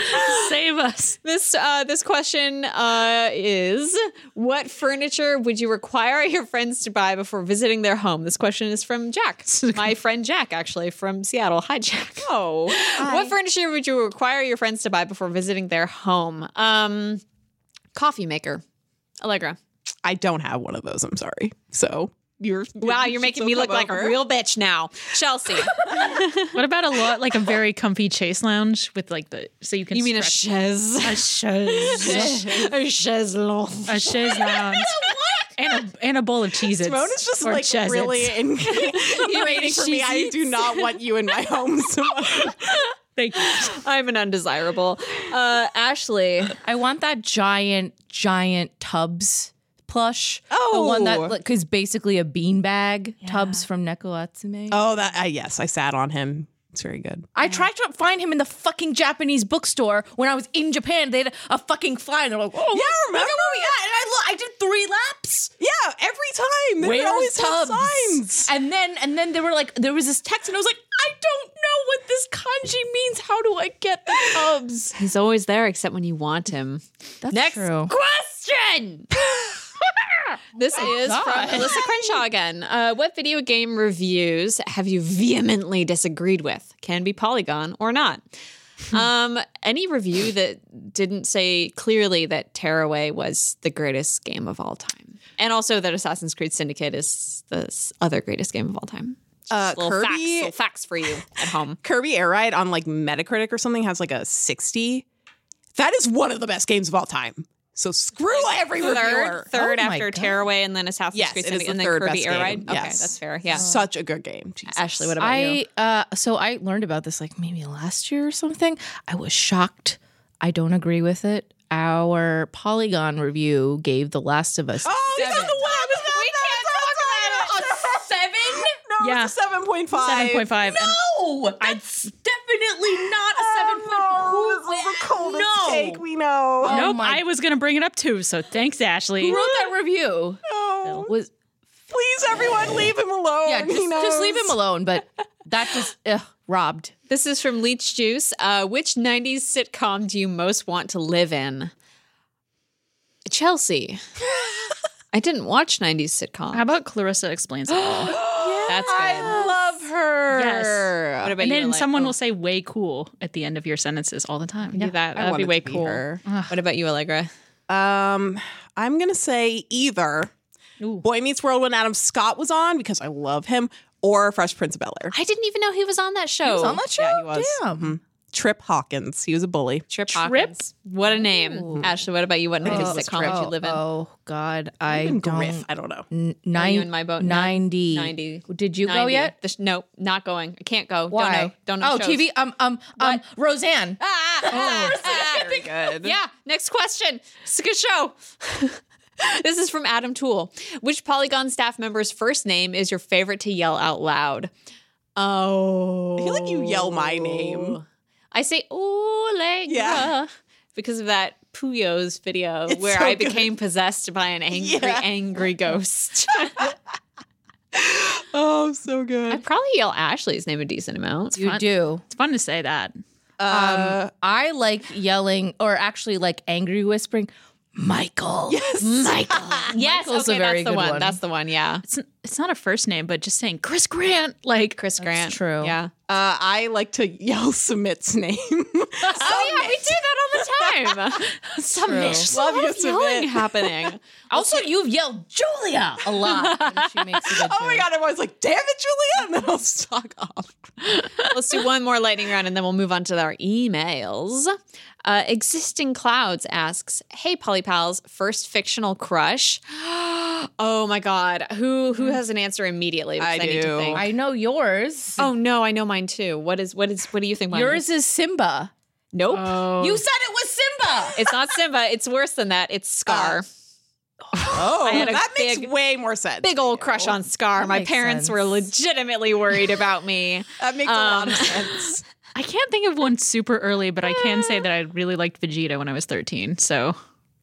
[SPEAKER 4] Save us.
[SPEAKER 1] This uh, this question uh, is: What furniture would you require your friends to buy before visiting their home? This question is from Jack, my friend Jack, actually from Seattle. Hi, Jack. Oh, [laughs] what furniture would you require your friends to buy before visiting their home? Um, coffee maker, Allegra.
[SPEAKER 3] I don't have one of those. I'm sorry. So you're
[SPEAKER 1] Wow, you're making me look like a real bitch now, [laughs] Chelsea.
[SPEAKER 4] What about a lot like a very comfy chase lounge with like the so you can
[SPEAKER 1] you mean a
[SPEAKER 4] stretch-
[SPEAKER 1] chaise?
[SPEAKER 4] a [laughs] chaise
[SPEAKER 1] [laughs] a chaise longue.
[SPEAKER 4] a chaise lounge and a and a bowl of cheeses.
[SPEAKER 3] Simone is just
[SPEAKER 4] or
[SPEAKER 3] like
[SPEAKER 1] [laughs]
[SPEAKER 4] Cheez-Its.
[SPEAKER 3] really [laughs] incriminating for me. I do not want you in
[SPEAKER 1] [laughs]
[SPEAKER 3] my home. Simone.
[SPEAKER 4] Thank you.
[SPEAKER 1] I'm an undesirable. Uh, Ashley.
[SPEAKER 2] I want that giant, giant tubs plush. the one
[SPEAKER 3] Oh.
[SPEAKER 2] that like, is basically a beanbag tubs from Neko Atsume.
[SPEAKER 3] Oh, that uh, yes, I sat on him. It's very good.
[SPEAKER 2] I tried to find him in the fucking Japanese bookstore when I was in Japan. They had a fucking fly, and they're like, "Oh, yeah,
[SPEAKER 3] remember?
[SPEAKER 2] look at where we at?" And I look, I did three laps.
[SPEAKER 3] Yeah, every time
[SPEAKER 2] Where's
[SPEAKER 3] they always have
[SPEAKER 2] Tubbs?
[SPEAKER 3] signs.
[SPEAKER 2] And then, and then they were like, there was this text, and I was like, I don't know what this kanji means. How do I get the tubs?
[SPEAKER 1] He's always there except when you want him.
[SPEAKER 2] That's
[SPEAKER 1] Next [laughs] question. this is from Alyssa Crenshaw again. Uh, what video game reviews have you vehemently disagreed with? Can be Polygon or [laughs] not. Um, any review that didn't say clearly that Tearaway was the greatest game of all time, and also that Assassin's Creed Syndicate is the s- other greatest game of all time. Just
[SPEAKER 3] Uh,
[SPEAKER 1] little
[SPEAKER 3] Kirby-
[SPEAKER 1] facts, little facts for you at home.
[SPEAKER 3] Kirby Air Ride on like Metacritic or something has like a 60. That is one of the best games of all time. So screw every reviewer.
[SPEAKER 1] [laughs] third, third
[SPEAKER 2] Oh my
[SPEAKER 1] after
[SPEAKER 2] God.
[SPEAKER 1] Tearaway, and then Assassin's
[SPEAKER 3] Yes,
[SPEAKER 1] Creed
[SPEAKER 3] it is
[SPEAKER 1] Syndicate,
[SPEAKER 3] the
[SPEAKER 1] and then
[SPEAKER 3] third
[SPEAKER 1] Kirby
[SPEAKER 3] best
[SPEAKER 1] Air
[SPEAKER 3] game.
[SPEAKER 1] Ride. Okay,
[SPEAKER 3] Yes.
[SPEAKER 1] that's fair. Yeah,
[SPEAKER 3] Oh, Such a good game. Jesus.
[SPEAKER 1] Ashley, what about you?
[SPEAKER 2] I uh, so I learned about this like maybe last year or something. I was shocked. I don't agree with it. Our Polygon review gave The Last
[SPEAKER 1] [gasps]
[SPEAKER 2] of Us.
[SPEAKER 3] Oh, you got the one.
[SPEAKER 2] Oh, seven?
[SPEAKER 3] Oh, No,
[SPEAKER 4] Yeah.
[SPEAKER 3] it's a 7.5.
[SPEAKER 4] Seven point five. and
[SPEAKER 2] No, that's definitely not a seven
[SPEAKER 3] Oh, no, this is the coldest
[SPEAKER 2] No.
[SPEAKER 3] take we know.
[SPEAKER 2] Oh
[SPEAKER 4] Nope,
[SPEAKER 2] my-
[SPEAKER 4] I was gonna bring it up too. So thanks, Ashley.
[SPEAKER 2] Who wrote that review?
[SPEAKER 3] No.
[SPEAKER 2] Was
[SPEAKER 3] Please, everyone, leave him alone.
[SPEAKER 2] yeah,
[SPEAKER 3] He
[SPEAKER 2] just,
[SPEAKER 3] knows.
[SPEAKER 2] just
[SPEAKER 1] uh,
[SPEAKER 2] leave him
[SPEAKER 1] [laughs]
[SPEAKER 2] alone. But that just
[SPEAKER 4] uh,
[SPEAKER 2] ugh, robbed.
[SPEAKER 1] This is from Leech Juice. Uh, which '90s sitcom do you most want to live in? Chelsea. I didn't watch '90s sitcom.
[SPEAKER 4] How about Clarissa explains it all?
[SPEAKER 1] That's good.
[SPEAKER 3] I love her.
[SPEAKER 4] Yes.
[SPEAKER 1] What about
[SPEAKER 4] and
[SPEAKER 1] you,
[SPEAKER 4] then
[SPEAKER 1] Elaine?
[SPEAKER 4] someone
[SPEAKER 1] Oh,
[SPEAKER 4] will say way cool at the end of your sentences all the time.
[SPEAKER 1] do
[SPEAKER 4] Yeah.
[SPEAKER 1] that.
[SPEAKER 3] I
[SPEAKER 1] That'd be
[SPEAKER 3] wanted
[SPEAKER 1] way
[SPEAKER 3] to be
[SPEAKER 1] cool.
[SPEAKER 3] her.
[SPEAKER 1] What about you, Allegra?
[SPEAKER 3] Um, I'm gonna say either
[SPEAKER 4] Ooh.
[SPEAKER 3] Boy Meets World when Adam Scott was on because I love him, or Fresh Prince of Bel Air.
[SPEAKER 1] I didn't even know he was on that show.
[SPEAKER 2] on that show?
[SPEAKER 3] Yeah, he was.
[SPEAKER 2] Oh, Damn.
[SPEAKER 3] Trip Hawkins, he was a bully.
[SPEAKER 1] Trip.
[SPEAKER 4] Trip?
[SPEAKER 1] Hawkins. What a name, Ashley. What about you? What
[SPEAKER 2] Oh,
[SPEAKER 1] nineties sitcom did you
[SPEAKER 2] oh,
[SPEAKER 1] live in?
[SPEAKER 2] Oh God, I
[SPEAKER 3] Even
[SPEAKER 2] don't.
[SPEAKER 3] Griff, I don't know.
[SPEAKER 2] N-
[SPEAKER 1] you
[SPEAKER 2] nine,
[SPEAKER 1] in my boat?
[SPEAKER 2] Ninety.
[SPEAKER 1] 90.
[SPEAKER 2] Did you go
[SPEAKER 1] 90.
[SPEAKER 2] yet?
[SPEAKER 1] The sh- no, not going. I can't go.
[SPEAKER 2] Why?
[SPEAKER 1] Don't know. Don't know.
[SPEAKER 2] Oh,
[SPEAKER 1] shows.
[SPEAKER 2] TV. Um, um, um. Roseanne.
[SPEAKER 1] Ah, ah, ah.
[SPEAKER 3] good.
[SPEAKER 1] Yeah. Next question. It's a good show. [laughs] this is from Adam Toole. Which Polygon staff member's first name is your favorite to yell out loud? Oh,
[SPEAKER 3] I feel like you yell my name.
[SPEAKER 1] I say Allegra
[SPEAKER 3] Yeah.
[SPEAKER 1] because of that Puyo's video
[SPEAKER 3] It's
[SPEAKER 1] where
[SPEAKER 3] so
[SPEAKER 1] I
[SPEAKER 3] good.
[SPEAKER 1] became possessed by an angry,
[SPEAKER 3] Yeah.
[SPEAKER 1] angry ghost.
[SPEAKER 3] Oh, so
[SPEAKER 1] I
[SPEAKER 3] good.
[SPEAKER 1] probably yell Ashley's name a decent amount.
[SPEAKER 2] You
[SPEAKER 4] fun.
[SPEAKER 2] do.
[SPEAKER 4] It's fun to say that.
[SPEAKER 1] Um,
[SPEAKER 3] Uh, [laughs]
[SPEAKER 2] I like yelling, or actually like angry whispering. Michael. Yes. Michael.
[SPEAKER 1] Yes,
[SPEAKER 2] Michael's
[SPEAKER 1] okay,
[SPEAKER 2] a
[SPEAKER 1] that's
[SPEAKER 2] very
[SPEAKER 1] the
[SPEAKER 2] good
[SPEAKER 1] one.
[SPEAKER 2] one.
[SPEAKER 1] That's the one. Yeah,
[SPEAKER 4] It's it's not a first name, but just saying Chris Grant, like
[SPEAKER 1] Chris Grant.
[SPEAKER 2] true.
[SPEAKER 1] Yeah.
[SPEAKER 3] uh, I like to [laughs] yell Submit's name. [laughs]
[SPEAKER 1] Oh yeah, we do that all [laughs] the time. Submission.
[SPEAKER 3] Love you,
[SPEAKER 1] yelling
[SPEAKER 3] Submit.
[SPEAKER 1] happening.
[SPEAKER 2] Also, you've yelled Julia a lot. and she makes a good
[SPEAKER 3] Oh my
[SPEAKER 2] joke.
[SPEAKER 3] god, I'm always like, damn it, Julia, and then I'll stock off.
[SPEAKER 1] Let's do one more lightning round and then we'll move on to our emails. Uh, Existing Clouds asks, "Hey, Polly Pals, first fictional crush." [gasps] oh my God, who who has an answer immediately? Because
[SPEAKER 3] I
[SPEAKER 1] Need to
[SPEAKER 3] do.
[SPEAKER 1] think.
[SPEAKER 2] [laughs] Mm. I know yours.
[SPEAKER 1] oh no, I know mine too. What is what is what do you think? Mine
[SPEAKER 2] yours is Simba.
[SPEAKER 1] Nope.
[SPEAKER 2] You said it was Simba.
[SPEAKER 1] it's not Simba. It's worse than that. It's Scar.
[SPEAKER 2] Ah,
[SPEAKER 3] Oh,
[SPEAKER 1] had a
[SPEAKER 3] that
[SPEAKER 1] big-
[SPEAKER 3] makes way more sense.
[SPEAKER 1] big old crush on Scar. My
[SPEAKER 2] makes
[SPEAKER 1] parents were
[SPEAKER 2] sense.
[SPEAKER 1] legitimately worried about me.
[SPEAKER 3] That makes a lot of sense.
[SPEAKER 4] I can't think of one super early, but I can say that I really liked Vegeta when I was 13. So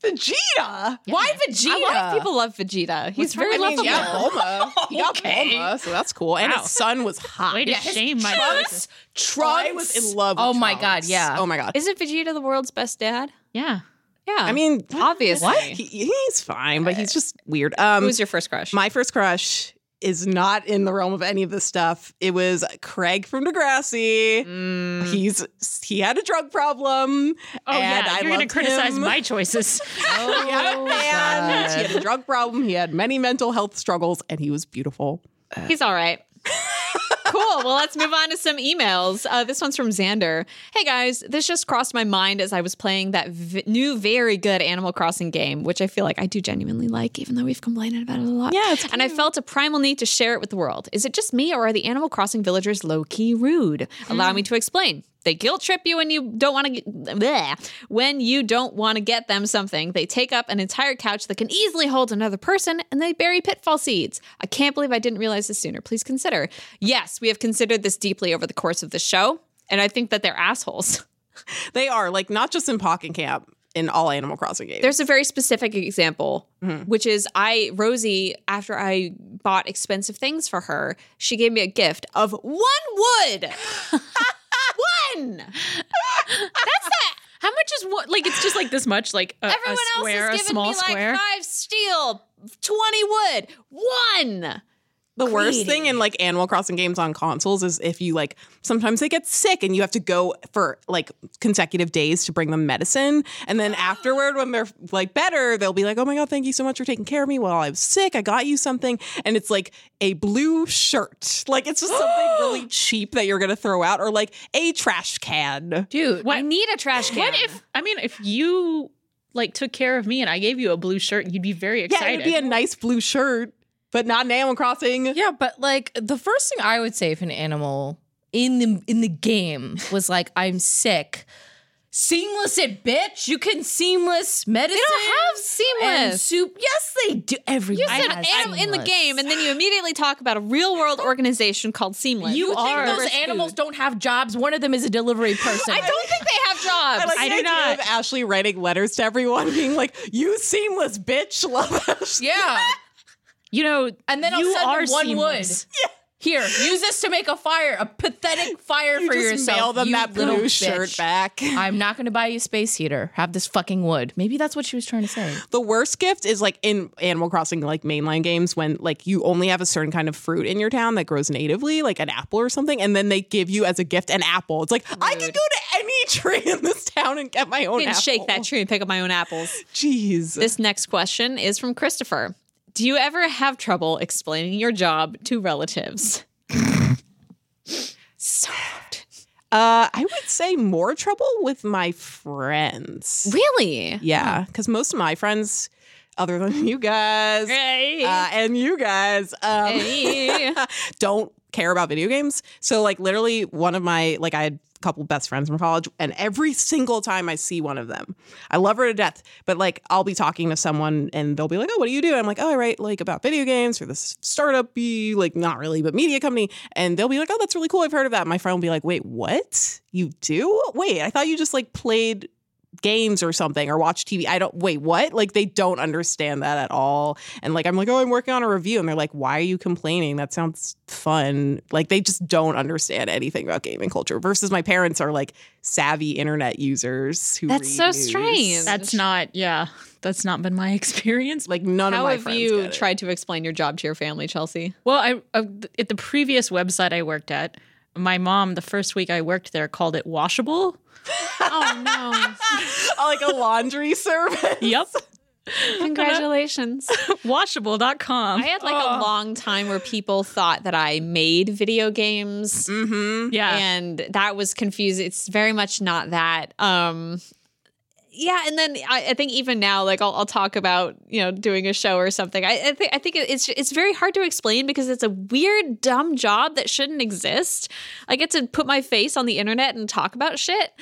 [SPEAKER 3] Vegeta.
[SPEAKER 2] [laughs] Why Vegeta?
[SPEAKER 1] A lot of people love Vegeta. He's very
[SPEAKER 3] I mean,
[SPEAKER 1] lovable.
[SPEAKER 3] he got Bulma. He got Bulma, so that's cool. And
[SPEAKER 4] Wow.
[SPEAKER 3] his son was hot.
[SPEAKER 4] way to shame my choices.
[SPEAKER 3] Trunks. I was in love with
[SPEAKER 2] Oh my
[SPEAKER 3] Trunks.
[SPEAKER 2] God, yeah.
[SPEAKER 3] Oh my god.
[SPEAKER 1] Isn't Vegeta the world's best dad?
[SPEAKER 4] Yeah.
[SPEAKER 1] Yeah.
[SPEAKER 3] I mean,
[SPEAKER 2] [laughs]
[SPEAKER 1] obviously.
[SPEAKER 3] he, he's fine, but he's just weird. Um,
[SPEAKER 1] Who was your first crush?
[SPEAKER 3] my first crush is not in the realm of any of this stuff. It was Craig from Degrassi. He's he had a drug problem.
[SPEAKER 4] Mm. Oh
[SPEAKER 3] and
[SPEAKER 4] yeah,
[SPEAKER 3] I
[SPEAKER 4] you're gonna
[SPEAKER 3] loved
[SPEAKER 4] criticize
[SPEAKER 3] him.
[SPEAKER 4] my choices.
[SPEAKER 2] Oh,
[SPEAKER 3] [laughs] He had a band. He had a drug problem. He had many mental health struggles, and he was beautiful.
[SPEAKER 1] He's all right. [laughs] cool. Well, let's move on to some emails. Uh, this one's from Xander. Hey guys, this just crossed my mind as I was playing that v- new, very good Animal Crossing game, which I feel like I do genuinely like, even though we've complained about it a lot.
[SPEAKER 3] Yeah, it's
[SPEAKER 1] and I felt a primal need to share it with the world. Is it just me, or are the Animal Crossing villagers low key rude?
[SPEAKER 3] Hmm.
[SPEAKER 1] Allow me to explain. They guilt trip you when you don't want to. Bleh. When you don't want to get them something, they take up an entire couch that can easily hold another person, and they bury pitfall seeds. I can't believe I didn't realize this sooner. Please consider. Yes, we have considered this deeply over the course of the show, and I think that they're assholes.
[SPEAKER 3] They are like not just in Pocket Camp, in all Animal Crossing games.
[SPEAKER 1] There's a very specific example, which is I Rosie after I bought expensive things for her, she gave me a gift of one wood. [laughs] one.
[SPEAKER 4] How much is what? Like it's just like this much, like a, a
[SPEAKER 1] Everyone else
[SPEAKER 4] square, a
[SPEAKER 1] has given
[SPEAKER 4] small
[SPEAKER 1] me
[SPEAKER 4] square.
[SPEAKER 1] like five steel, twenty wood, one.
[SPEAKER 3] The worst thing in like Animal Crossing games on consoles is if you like sometimes they get sick and you have to go for like consecutive days to bring them medicine. And
[SPEAKER 4] [gasps]
[SPEAKER 3] then afterward, when they're like better, they'll be like, oh my God, thank you so much for taking care of me while I was sick. I got you something. And it's like a blue shirt. Like it's just
[SPEAKER 4] [gasps]
[SPEAKER 3] something really cheap that you're going to throw out or like a trash can.
[SPEAKER 2] Dude,
[SPEAKER 1] I need a trash can.
[SPEAKER 4] What if? I mean, if you like took care of me and I gave you a blue shirt, you'd be very
[SPEAKER 3] Yeah, it
[SPEAKER 4] excited.
[SPEAKER 3] would be a nice blue shirt, but not an Animal Crossing.
[SPEAKER 2] Yeah, but like the first thing I would say if an animal in the in the game was like, "I'm sick," seamless it, bitch. You can seamless medicine.
[SPEAKER 1] don't
[SPEAKER 2] They
[SPEAKER 1] have seamless.
[SPEAKER 2] soup. Yes, they do. Everyone
[SPEAKER 1] You said
[SPEAKER 2] has
[SPEAKER 1] animal in the
[SPEAKER 2] seamless.
[SPEAKER 1] game, and then you immediately talk about a real world organization called Seamless.
[SPEAKER 2] You, think
[SPEAKER 1] are-
[SPEAKER 2] those animals don't have jobs? One of them is a [laughs] delivery person.
[SPEAKER 1] I don't think they have jobs.
[SPEAKER 3] I like
[SPEAKER 4] I
[SPEAKER 3] the
[SPEAKER 4] do
[SPEAKER 3] idea
[SPEAKER 4] not.
[SPEAKER 3] of Ashley writing letters to everyone, being like, "You seamless
[SPEAKER 4] [laughs]
[SPEAKER 3] bitch, love us."
[SPEAKER 2] Yeah,
[SPEAKER 4] You know,
[SPEAKER 2] and then
[SPEAKER 4] you
[SPEAKER 2] I'll send
[SPEAKER 4] are
[SPEAKER 2] them one
[SPEAKER 4] seamless.
[SPEAKER 2] wood. Here, use this to make a fire, a pathetic fire for
[SPEAKER 3] just
[SPEAKER 2] yourself.
[SPEAKER 3] mail them
[SPEAKER 2] you
[SPEAKER 3] that
[SPEAKER 2] little
[SPEAKER 3] blue shirt
[SPEAKER 2] bitch.
[SPEAKER 3] back.
[SPEAKER 2] I'm not going to buy you a space heater. Have this fucking wood. Maybe that's what she was trying to say.
[SPEAKER 3] [laughs] The worst gift is like in Animal Crossing, like mainline games, when like you only have a certain kind of fruit in your town that grows natively, like an apple or something, and then they give you as a gift an apple. It's like I could go to any [laughs] tree in this town and get my own.
[SPEAKER 1] can
[SPEAKER 3] apple.
[SPEAKER 1] shake that tree and pick up my own apples.
[SPEAKER 3] Jeez.
[SPEAKER 1] This next question is from Christopher. Do you ever have trouble explaining your job to [laughs] relatives? so
[SPEAKER 3] uh, I would say more trouble with my friends.
[SPEAKER 1] [laughs] really?
[SPEAKER 3] Yeah, because most of my friends, other than you guys,
[SPEAKER 1] Hey.
[SPEAKER 3] uh, and you guys um,
[SPEAKER 1] Hey.
[SPEAKER 3] don't care about video games. So like literally one of my like I had a couple best friends from college and every single time I see one of them, I love her to death, but like I'll be talking to someone and they'll be like, "Oh, what do you do?" I'm like, "Oh, I write like about video games for this startup, like not really, but media company." And they'll be like, "Oh, that's really cool. I've heard of that." My friend will be like, "Wait, what? You do? Wait, I thought you just like played games or something or watch TV. I don't wait, what? Like they don't understand that at all. And like I'm like, "Oh, I'm working on a review." And they're like, "Why are you complaining? That sounds fun." Like they just don't understand anything about gaming culture versus my parents are like savvy internet users who
[SPEAKER 1] That's
[SPEAKER 3] read
[SPEAKER 1] so
[SPEAKER 3] news.
[SPEAKER 1] strange.
[SPEAKER 4] That's not, yeah, that's not been my [laughs] experience.
[SPEAKER 3] Like none of
[SPEAKER 1] How
[SPEAKER 3] my
[SPEAKER 1] have
[SPEAKER 3] friends
[SPEAKER 1] you
[SPEAKER 3] get it.
[SPEAKER 1] tried to explain your job to your family, Chelsea?
[SPEAKER 4] Well, I, I at the previous website I worked at, my mom the first week I worked there called it washable.
[SPEAKER 1] Oh
[SPEAKER 3] [laughs]
[SPEAKER 1] no.
[SPEAKER 3] [laughs] like a
[SPEAKER 1] [laughs]
[SPEAKER 3] laundry service.
[SPEAKER 4] Yep. [laughs]
[SPEAKER 1] Congratulations. Oh. I
[SPEAKER 4] washable.com.
[SPEAKER 1] had like a long time where people thought that I made video games
[SPEAKER 3] Mm-hmm.
[SPEAKER 4] yeah.
[SPEAKER 1] and that was confusing. It's very much not that. Um yeah, and then I, I think even now, like I'll, I'll talk about you know doing a show or something. I, I think I think it's it's very hard to explain because it's a weird, dumb job that shouldn't exist. I get to put my face on the internet and talk about shit,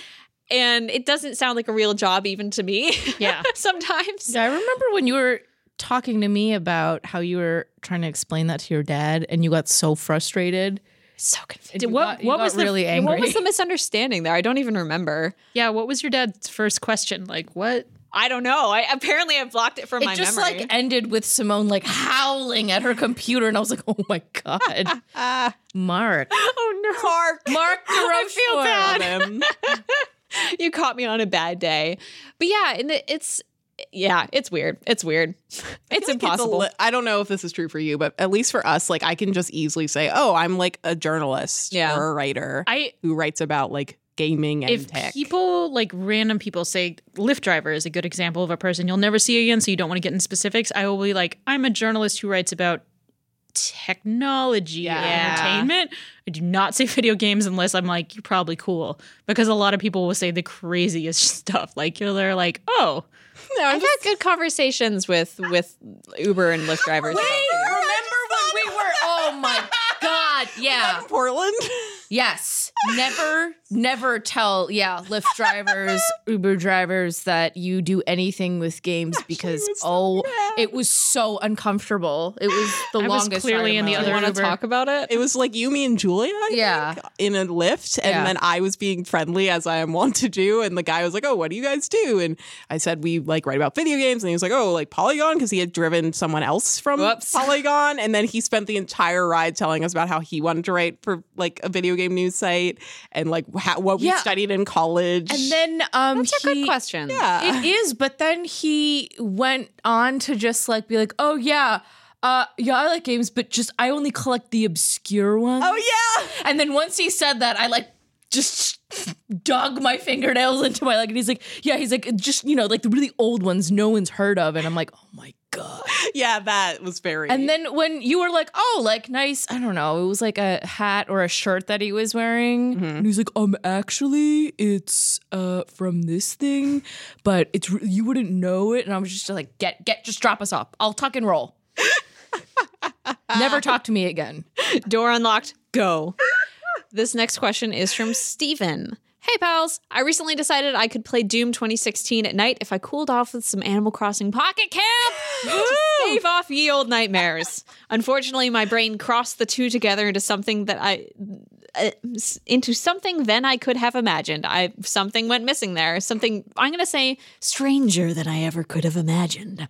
[SPEAKER 1] and it doesn't sound like a real job even to me.
[SPEAKER 4] Yeah.
[SPEAKER 1] [laughs] sometimes.
[SPEAKER 2] Yeah, I remember when you were talking to me about how you were trying to explain that to your dad and you got so frustrated.
[SPEAKER 1] So confusing.
[SPEAKER 2] and
[SPEAKER 4] Did-
[SPEAKER 2] you
[SPEAKER 4] what-
[SPEAKER 2] got- you
[SPEAKER 4] what
[SPEAKER 2] got
[SPEAKER 4] was the-
[SPEAKER 2] really
[SPEAKER 4] what
[SPEAKER 2] angry?
[SPEAKER 1] What was the misunderstanding there? I don't even remember.
[SPEAKER 4] yeah. What was your dad's first question? Like, what?
[SPEAKER 1] I don't know. I apparently I blocked it from [laughs] my
[SPEAKER 2] it just
[SPEAKER 1] memory.
[SPEAKER 2] like ended with Simone like howling at her computer and I was like, "Oh my god."
[SPEAKER 1] [laughs]
[SPEAKER 2] Mark.
[SPEAKER 1] oh no, Mark. [laughs]
[SPEAKER 2] Mark I
[SPEAKER 1] feel bad. [laughs] you caught me on a bad day. But yeah, and it- it's yeah, it's weird. It's weird. [laughs] It's
[SPEAKER 3] like, a
[SPEAKER 1] impossible.
[SPEAKER 3] li- I don't know if this is true for you, but at least for us, like I can just easily say, "Oh, I'm like a journalist
[SPEAKER 1] Yeah.
[SPEAKER 3] or a writer
[SPEAKER 4] I
[SPEAKER 3] who writes about like gaming and
[SPEAKER 4] if
[SPEAKER 3] tech."
[SPEAKER 4] people like random people say Lyft driver is a good example of a person you'll never see again, so you don't want to get in specifics. I will be like, I'm a journalist who writes about technology
[SPEAKER 1] Yeah.
[SPEAKER 4] and entertainment. I do not say [laughs] video games unless I'm like, you're probably cool. Because a lot of people will say the craziest [laughs] stuff. Like you're they're like, oh,
[SPEAKER 3] no, I'm
[SPEAKER 1] I've had good conversations with with Uber and Lyft drivers. about video.
[SPEAKER 2] remember when we were Oh my
[SPEAKER 1] [laughs]
[SPEAKER 2] god. Yeah.
[SPEAKER 3] [laughs] in Portland.
[SPEAKER 2] Yes. Never, never tell, yeah, Lyft
[SPEAKER 1] [laughs]
[SPEAKER 2] drivers, Uber drivers that you do anything with games because, oh, it was so uncomfortable. It was the
[SPEAKER 4] was
[SPEAKER 2] longest.
[SPEAKER 4] clearly
[SPEAKER 2] ride
[SPEAKER 4] in the
[SPEAKER 2] my
[SPEAKER 4] other
[SPEAKER 2] life.
[SPEAKER 1] wanna
[SPEAKER 4] Uber.
[SPEAKER 1] talk about it?
[SPEAKER 3] it was like you, me, and Julia. I
[SPEAKER 2] Yeah.
[SPEAKER 3] think, in a lift, and
[SPEAKER 2] Yeah.
[SPEAKER 3] then I was being friendly as I am wont to do, and the guy was like, "Oh, what do you guys do?" And I said, "We like write about video games," and he was like, "Oh, like Polygon," because he had driven someone else from
[SPEAKER 1] Whoops.
[SPEAKER 3] Polygon, and then he spent the entire ride telling us about how he wanted to write for like a video game news site and like how, what we
[SPEAKER 2] Yeah.
[SPEAKER 3] studied in college.
[SPEAKER 2] And then, um,
[SPEAKER 1] That's a
[SPEAKER 2] he-
[SPEAKER 1] good question.
[SPEAKER 3] yeah.
[SPEAKER 2] It is, but then he went on to just like be like, oh, yeah. Uh, yeah, I like games, but just I only collect the obscure ones.
[SPEAKER 3] oh [laughs] yeah.
[SPEAKER 2] And then once he said that, I like just dug my fingernails into my leg. And he's like, yeah, he's like, just, you know, like the really old ones no one's heard of. And I'm like, oh my God.
[SPEAKER 3] Yeah, that was very.
[SPEAKER 2] And then when you were like, oh, like nice, I don't know, it was like a hat or a shirt that he was wearing.
[SPEAKER 4] Mm-hmm.
[SPEAKER 2] And he's like, um, actually, it's uh from this thing, but it's re- you wouldn't know it. And I was just like, get, get, just drop us off. I'll tuck and
[SPEAKER 4] [laughs]
[SPEAKER 2] roll. Never talk to me again.
[SPEAKER 1] Door unlocked. Go. this next question is from Steven. Hey pals, I recently decided I could play Doom 2016 at night if I cooled off with some Animal Crossing Pocket Camp to stave off ye old nightmares. Unfortunately, my brain crossed the two together into something that I uh, s- into something than I could have imagined. I something went missing there. Something I'm going to say stranger than I ever could have imagined.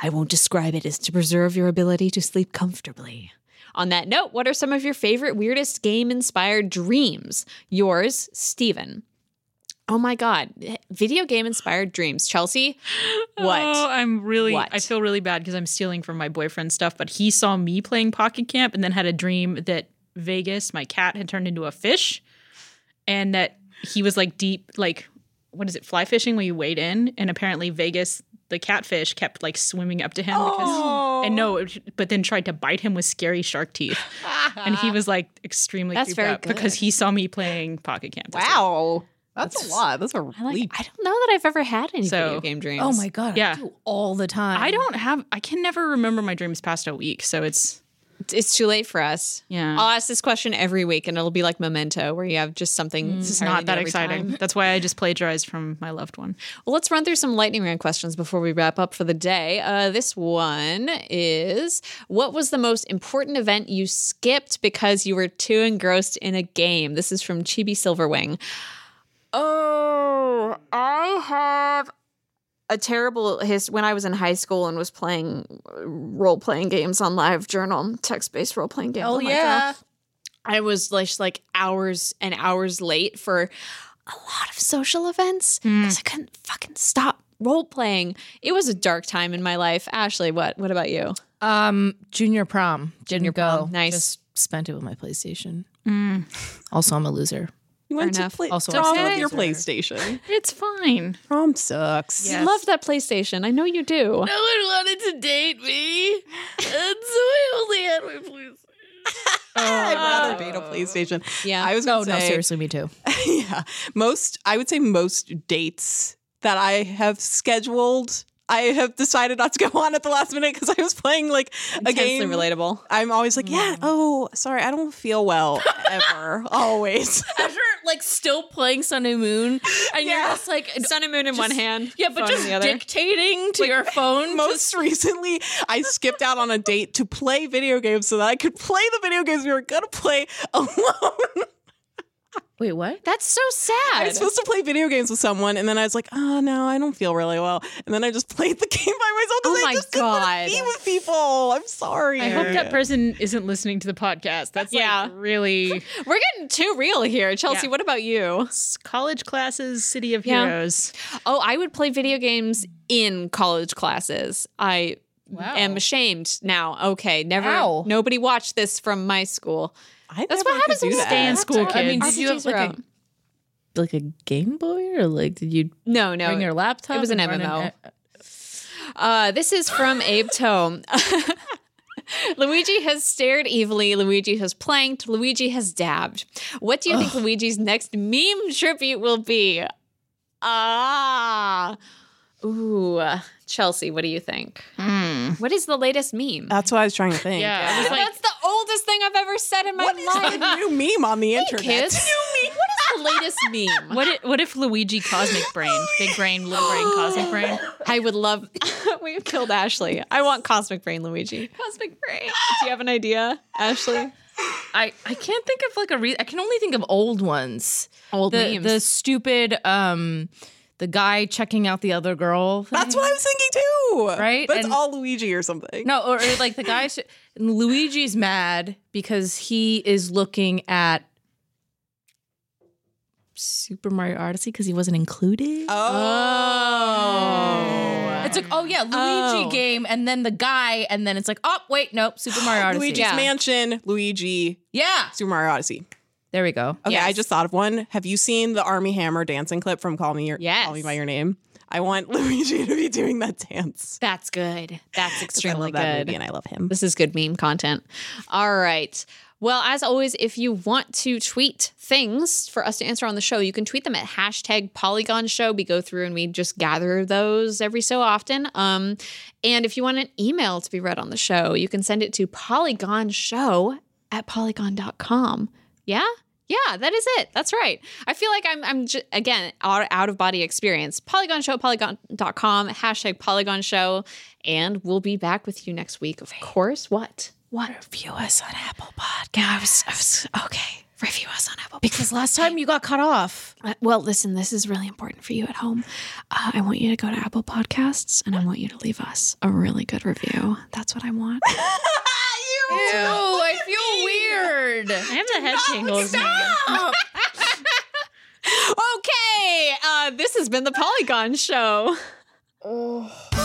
[SPEAKER 1] I won't describe it as to preserve your ability to sleep comfortably. On that note, what are some of your favorite, weirdest game inspired dreams? Yours, Steven. Oh my God. Video game inspired dreams. Chelsea, what?
[SPEAKER 2] [gasps]
[SPEAKER 4] Oh, I'm really.
[SPEAKER 1] What?
[SPEAKER 4] I feel really bad because I'm stealing from my boyfriend's stuff, but he saw me playing Pocket Camp and then had a dream that Vegas, my cat, had turned into a fish, and that he was like deep, like what is it, fly fishing, where you wade in, and apparently Vegas, the catfish, kept like swimming up to him because, and no, it- but then tried to bite him with scary shark teeth, and he was like extremely
[SPEAKER 1] That's
[SPEAKER 4] creeped
[SPEAKER 1] very
[SPEAKER 4] out because
[SPEAKER 1] good.
[SPEAKER 4] he saw me playing Pocket Camp. That's it.
[SPEAKER 3] Wow. That's, a lot. That's a
[SPEAKER 1] I like-
[SPEAKER 3] really
[SPEAKER 1] I don't know that I've ever had any
[SPEAKER 4] So-
[SPEAKER 1] video game dreams.
[SPEAKER 2] Oh my god,
[SPEAKER 4] Yeah.
[SPEAKER 2] I do all the time.
[SPEAKER 4] I don't have. I can never remember my dreams past a week, so it's
[SPEAKER 1] It's too late for us.
[SPEAKER 4] yeah.
[SPEAKER 1] I'll ask this question every week, and it'll be like Memento, where you have just something.
[SPEAKER 4] Mm, It's
[SPEAKER 1] entirely
[SPEAKER 4] not that
[SPEAKER 1] new every time.
[SPEAKER 4] exciting. That's why I just plagiarized from my loved one.
[SPEAKER 1] Well, let's run through some lightning round questions before we wrap up for the day. Uh, this one is What was the most important event you skipped because you were too engrossed in a game? This is from Chibi Silverwing. Oh, I had a terrible his when I was in high school and was playing role playing games on Live Journal, text based role playing games.
[SPEAKER 2] Oh
[SPEAKER 1] on LiveJournal.
[SPEAKER 2] yeah.
[SPEAKER 1] I was like, like hours and hours late for a lot of social events
[SPEAKER 2] Hmm.
[SPEAKER 1] because I couldn't fucking stop role playing. It was a dark time in my life. Ashley, what what about you?
[SPEAKER 2] Um, junior prom. Didn't
[SPEAKER 1] Junior
[SPEAKER 2] go.
[SPEAKER 1] prom, nice. Mm.
[SPEAKER 2] Just spent it with my PlayStation. Also, I'm a loser.
[SPEAKER 3] You went
[SPEAKER 1] enough.
[SPEAKER 3] to play
[SPEAKER 2] Also,
[SPEAKER 3] also
[SPEAKER 2] I
[SPEAKER 3] prom
[SPEAKER 2] still
[SPEAKER 3] with
[SPEAKER 2] have
[SPEAKER 3] your
[SPEAKER 2] these there.
[SPEAKER 3] PlayStation.
[SPEAKER 4] It's fine.
[SPEAKER 3] [laughs] prom sucks.
[SPEAKER 4] Yeah. Yes.
[SPEAKER 1] You love that PlayStation. I know you do.
[SPEAKER 2] No one wanted to date me, and so I only had my PlayStation.
[SPEAKER 3] I'd rather beat a PlayStation.
[SPEAKER 1] Yeah.
[SPEAKER 3] I was
[SPEAKER 2] No,
[SPEAKER 3] gonna
[SPEAKER 2] no,
[SPEAKER 3] say,
[SPEAKER 2] seriously, me too.
[SPEAKER 3] yeah, most. I would say most dates that I have scheduled, I have decided not to go on at the last minute because I was playing like a
[SPEAKER 1] Intensely
[SPEAKER 3] game.
[SPEAKER 1] relatable.
[SPEAKER 3] I'm always like, yeah, oh, sorry, I don't feel well ever, always.
[SPEAKER 2] After like still playing Sun and Moon, and
[SPEAKER 3] Yeah.
[SPEAKER 2] like,
[SPEAKER 1] Sun and moon in one hand.
[SPEAKER 2] yeah, but
[SPEAKER 1] phone in
[SPEAKER 2] just
[SPEAKER 1] the other.
[SPEAKER 2] dictating to your
[SPEAKER 3] [laughs]
[SPEAKER 2] phone.
[SPEAKER 3] Most recently, I skipped out on a date to play video games so that I could play the video games we were gonna play [laughs] alone.
[SPEAKER 2] Wait, what?
[SPEAKER 1] That's so
[SPEAKER 3] I
[SPEAKER 1] sad.
[SPEAKER 3] was supposed to play video games with someone, and then I was like, "Oh no, I don't feel really well." And then I just [laughs] played the game by myself
[SPEAKER 1] Oh
[SPEAKER 3] because
[SPEAKER 1] my
[SPEAKER 3] I just couldn't wanna
[SPEAKER 1] God.
[SPEAKER 3] be with people. I'm sorry.
[SPEAKER 4] I hope that person isn't listening to the podcast. That's like
[SPEAKER 1] Yeah.
[SPEAKER 4] [laughs] really
[SPEAKER 1] We're getting too real here. Chelsea,
[SPEAKER 4] Yeah.
[SPEAKER 1] what about you?
[SPEAKER 4] It's college classes, city of
[SPEAKER 1] Yeah.
[SPEAKER 4] heroes.
[SPEAKER 1] Oh, I would play video games in college classes. I
[SPEAKER 4] Wow.
[SPEAKER 1] am ashamed now. Okay, never.
[SPEAKER 2] Oh. Ow.
[SPEAKER 1] Nobody watched this from my school.
[SPEAKER 3] I
[SPEAKER 1] That's what
[SPEAKER 3] never could
[SPEAKER 1] happens
[SPEAKER 3] do
[SPEAKER 1] when you
[SPEAKER 3] that.
[SPEAKER 4] stay in school,
[SPEAKER 2] I mean,
[SPEAKER 4] kids.
[SPEAKER 2] did you have
[SPEAKER 1] RPGs
[SPEAKER 2] like
[SPEAKER 1] were
[SPEAKER 2] a,
[SPEAKER 1] out.
[SPEAKER 2] like a Game Boy, or like did you
[SPEAKER 1] No, no.
[SPEAKER 2] bring your laptop?
[SPEAKER 1] it was an
[SPEAKER 2] and run
[SPEAKER 1] MMO. Uh, this is from Abe Tome. [laughs] Luigi has stared evilly. Luigi has planked. Luigi has dabbed. What do you think Luigi's next meme tribute will be? Ah. Ooh. Chelsea, what do you think? What is the latest meme?
[SPEAKER 3] That's what I was trying to think.
[SPEAKER 4] Yeah. I was like,
[SPEAKER 1] Hmm. Uh, That's the oldest thing I've ever said in my
[SPEAKER 3] What
[SPEAKER 1] life.
[SPEAKER 3] is the new meme on the internet?
[SPEAKER 1] Kiss. What is the latest meme?
[SPEAKER 4] what if, what if Luigi cosmic brain, big brain, little brain, cosmic brain?
[SPEAKER 1] I would love. [laughs] we killed Ashley. I want Cosmic Brain Luigi.
[SPEAKER 4] Cosmic brain.
[SPEAKER 1] Do you have an idea, Ashley?
[SPEAKER 2] I I can't think of like a re- I can only think of old ones.
[SPEAKER 1] Old
[SPEAKER 2] the
[SPEAKER 1] memes.
[SPEAKER 2] the stupid um the guy checking out the other girl.
[SPEAKER 3] [laughs]
[SPEAKER 2] thing.
[SPEAKER 3] That's what I was thinking too.
[SPEAKER 2] Right?
[SPEAKER 3] But it's
[SPEAKER 2] And-
[SPEAKER 3] all Luigi or something.
[SPEAKER 2] No, or, or, like the guy sh- Luigi's mad because he is looking at Super Mario Odyssey because he wasn't included.
[SPEAKER 3] Oh.
[SPEAKER 2] It's like, oh yeah, Luigi
[SPEAKER 1] Oh.
[SPEAKER 2] game, and then the guy, and then it's like, oh wait, nope, Super Mario Odyssey.
[SPEAKER 3] Luigi's
[SPEAKER 1] Yeah.
[SPEAKER 3] Mansion, Luigi,
[SPEAKER 2] Yeah,
[SPEAKER 3] Super Mario Odyssey.
[SPEAKER 2] there we go.
[SPEAKER 3] Okay, I
[SPEAKER 1] Yes.
[SPEAKER 3] just thought of one. Have you seen the Army Hammer dancing clip from Call Me Your
[SPEAKER 1] Yes.
[SPEAKER 3] Call Me by Your Name? I want [laughs] Luigi to be doing that dance.
[SPEAKER 1] That's good.
[SPEAKER 3] [laughs]
[SPEAKER 1] That's
[SPEAKER 3] I
[SPEAKER 1] extremely
[SPEAKER 3] love that
[SPEAKER 1] good.
[SPEAKER 3] movie and I love him.
[SPEAKER 1] This is good meme content. All right. Well, as always, if you want to tweet things for us to answer on the show, you can tweet them at hashtag Polygon Show. We go through and we just gather those every so often. Um, and if you want an email to be read on the show, you can send it to polygonshow at polygon.com. Yeah? Yeah, that is it. That's right. I feel like I'm, I'm j- again, out, out of body experience. Polygon Show, polygon.com, hashtag Polygon Show. And we'll be back with you next week, of course. What? What? Review us on Apple Podcast. Yeah, I was, I was, okay. Review us on Apple
[SPEAKER 2] Because last time you got cut off.
[SPEAKER 1] uh, Well, listen, this is really important for you at home. Uh, I want you to go to Apple Podcasts and I [laughs] want you to leave us a really good review. That's what I want.
[SPEAKER 2] Ew, I feel weird.
[SPEAKER 4] [laughs] I have the head tingles. now.
[SPEAKER 1] Okay, uh, this has been the Polygon Show.
[SPEAKER 2] Oh.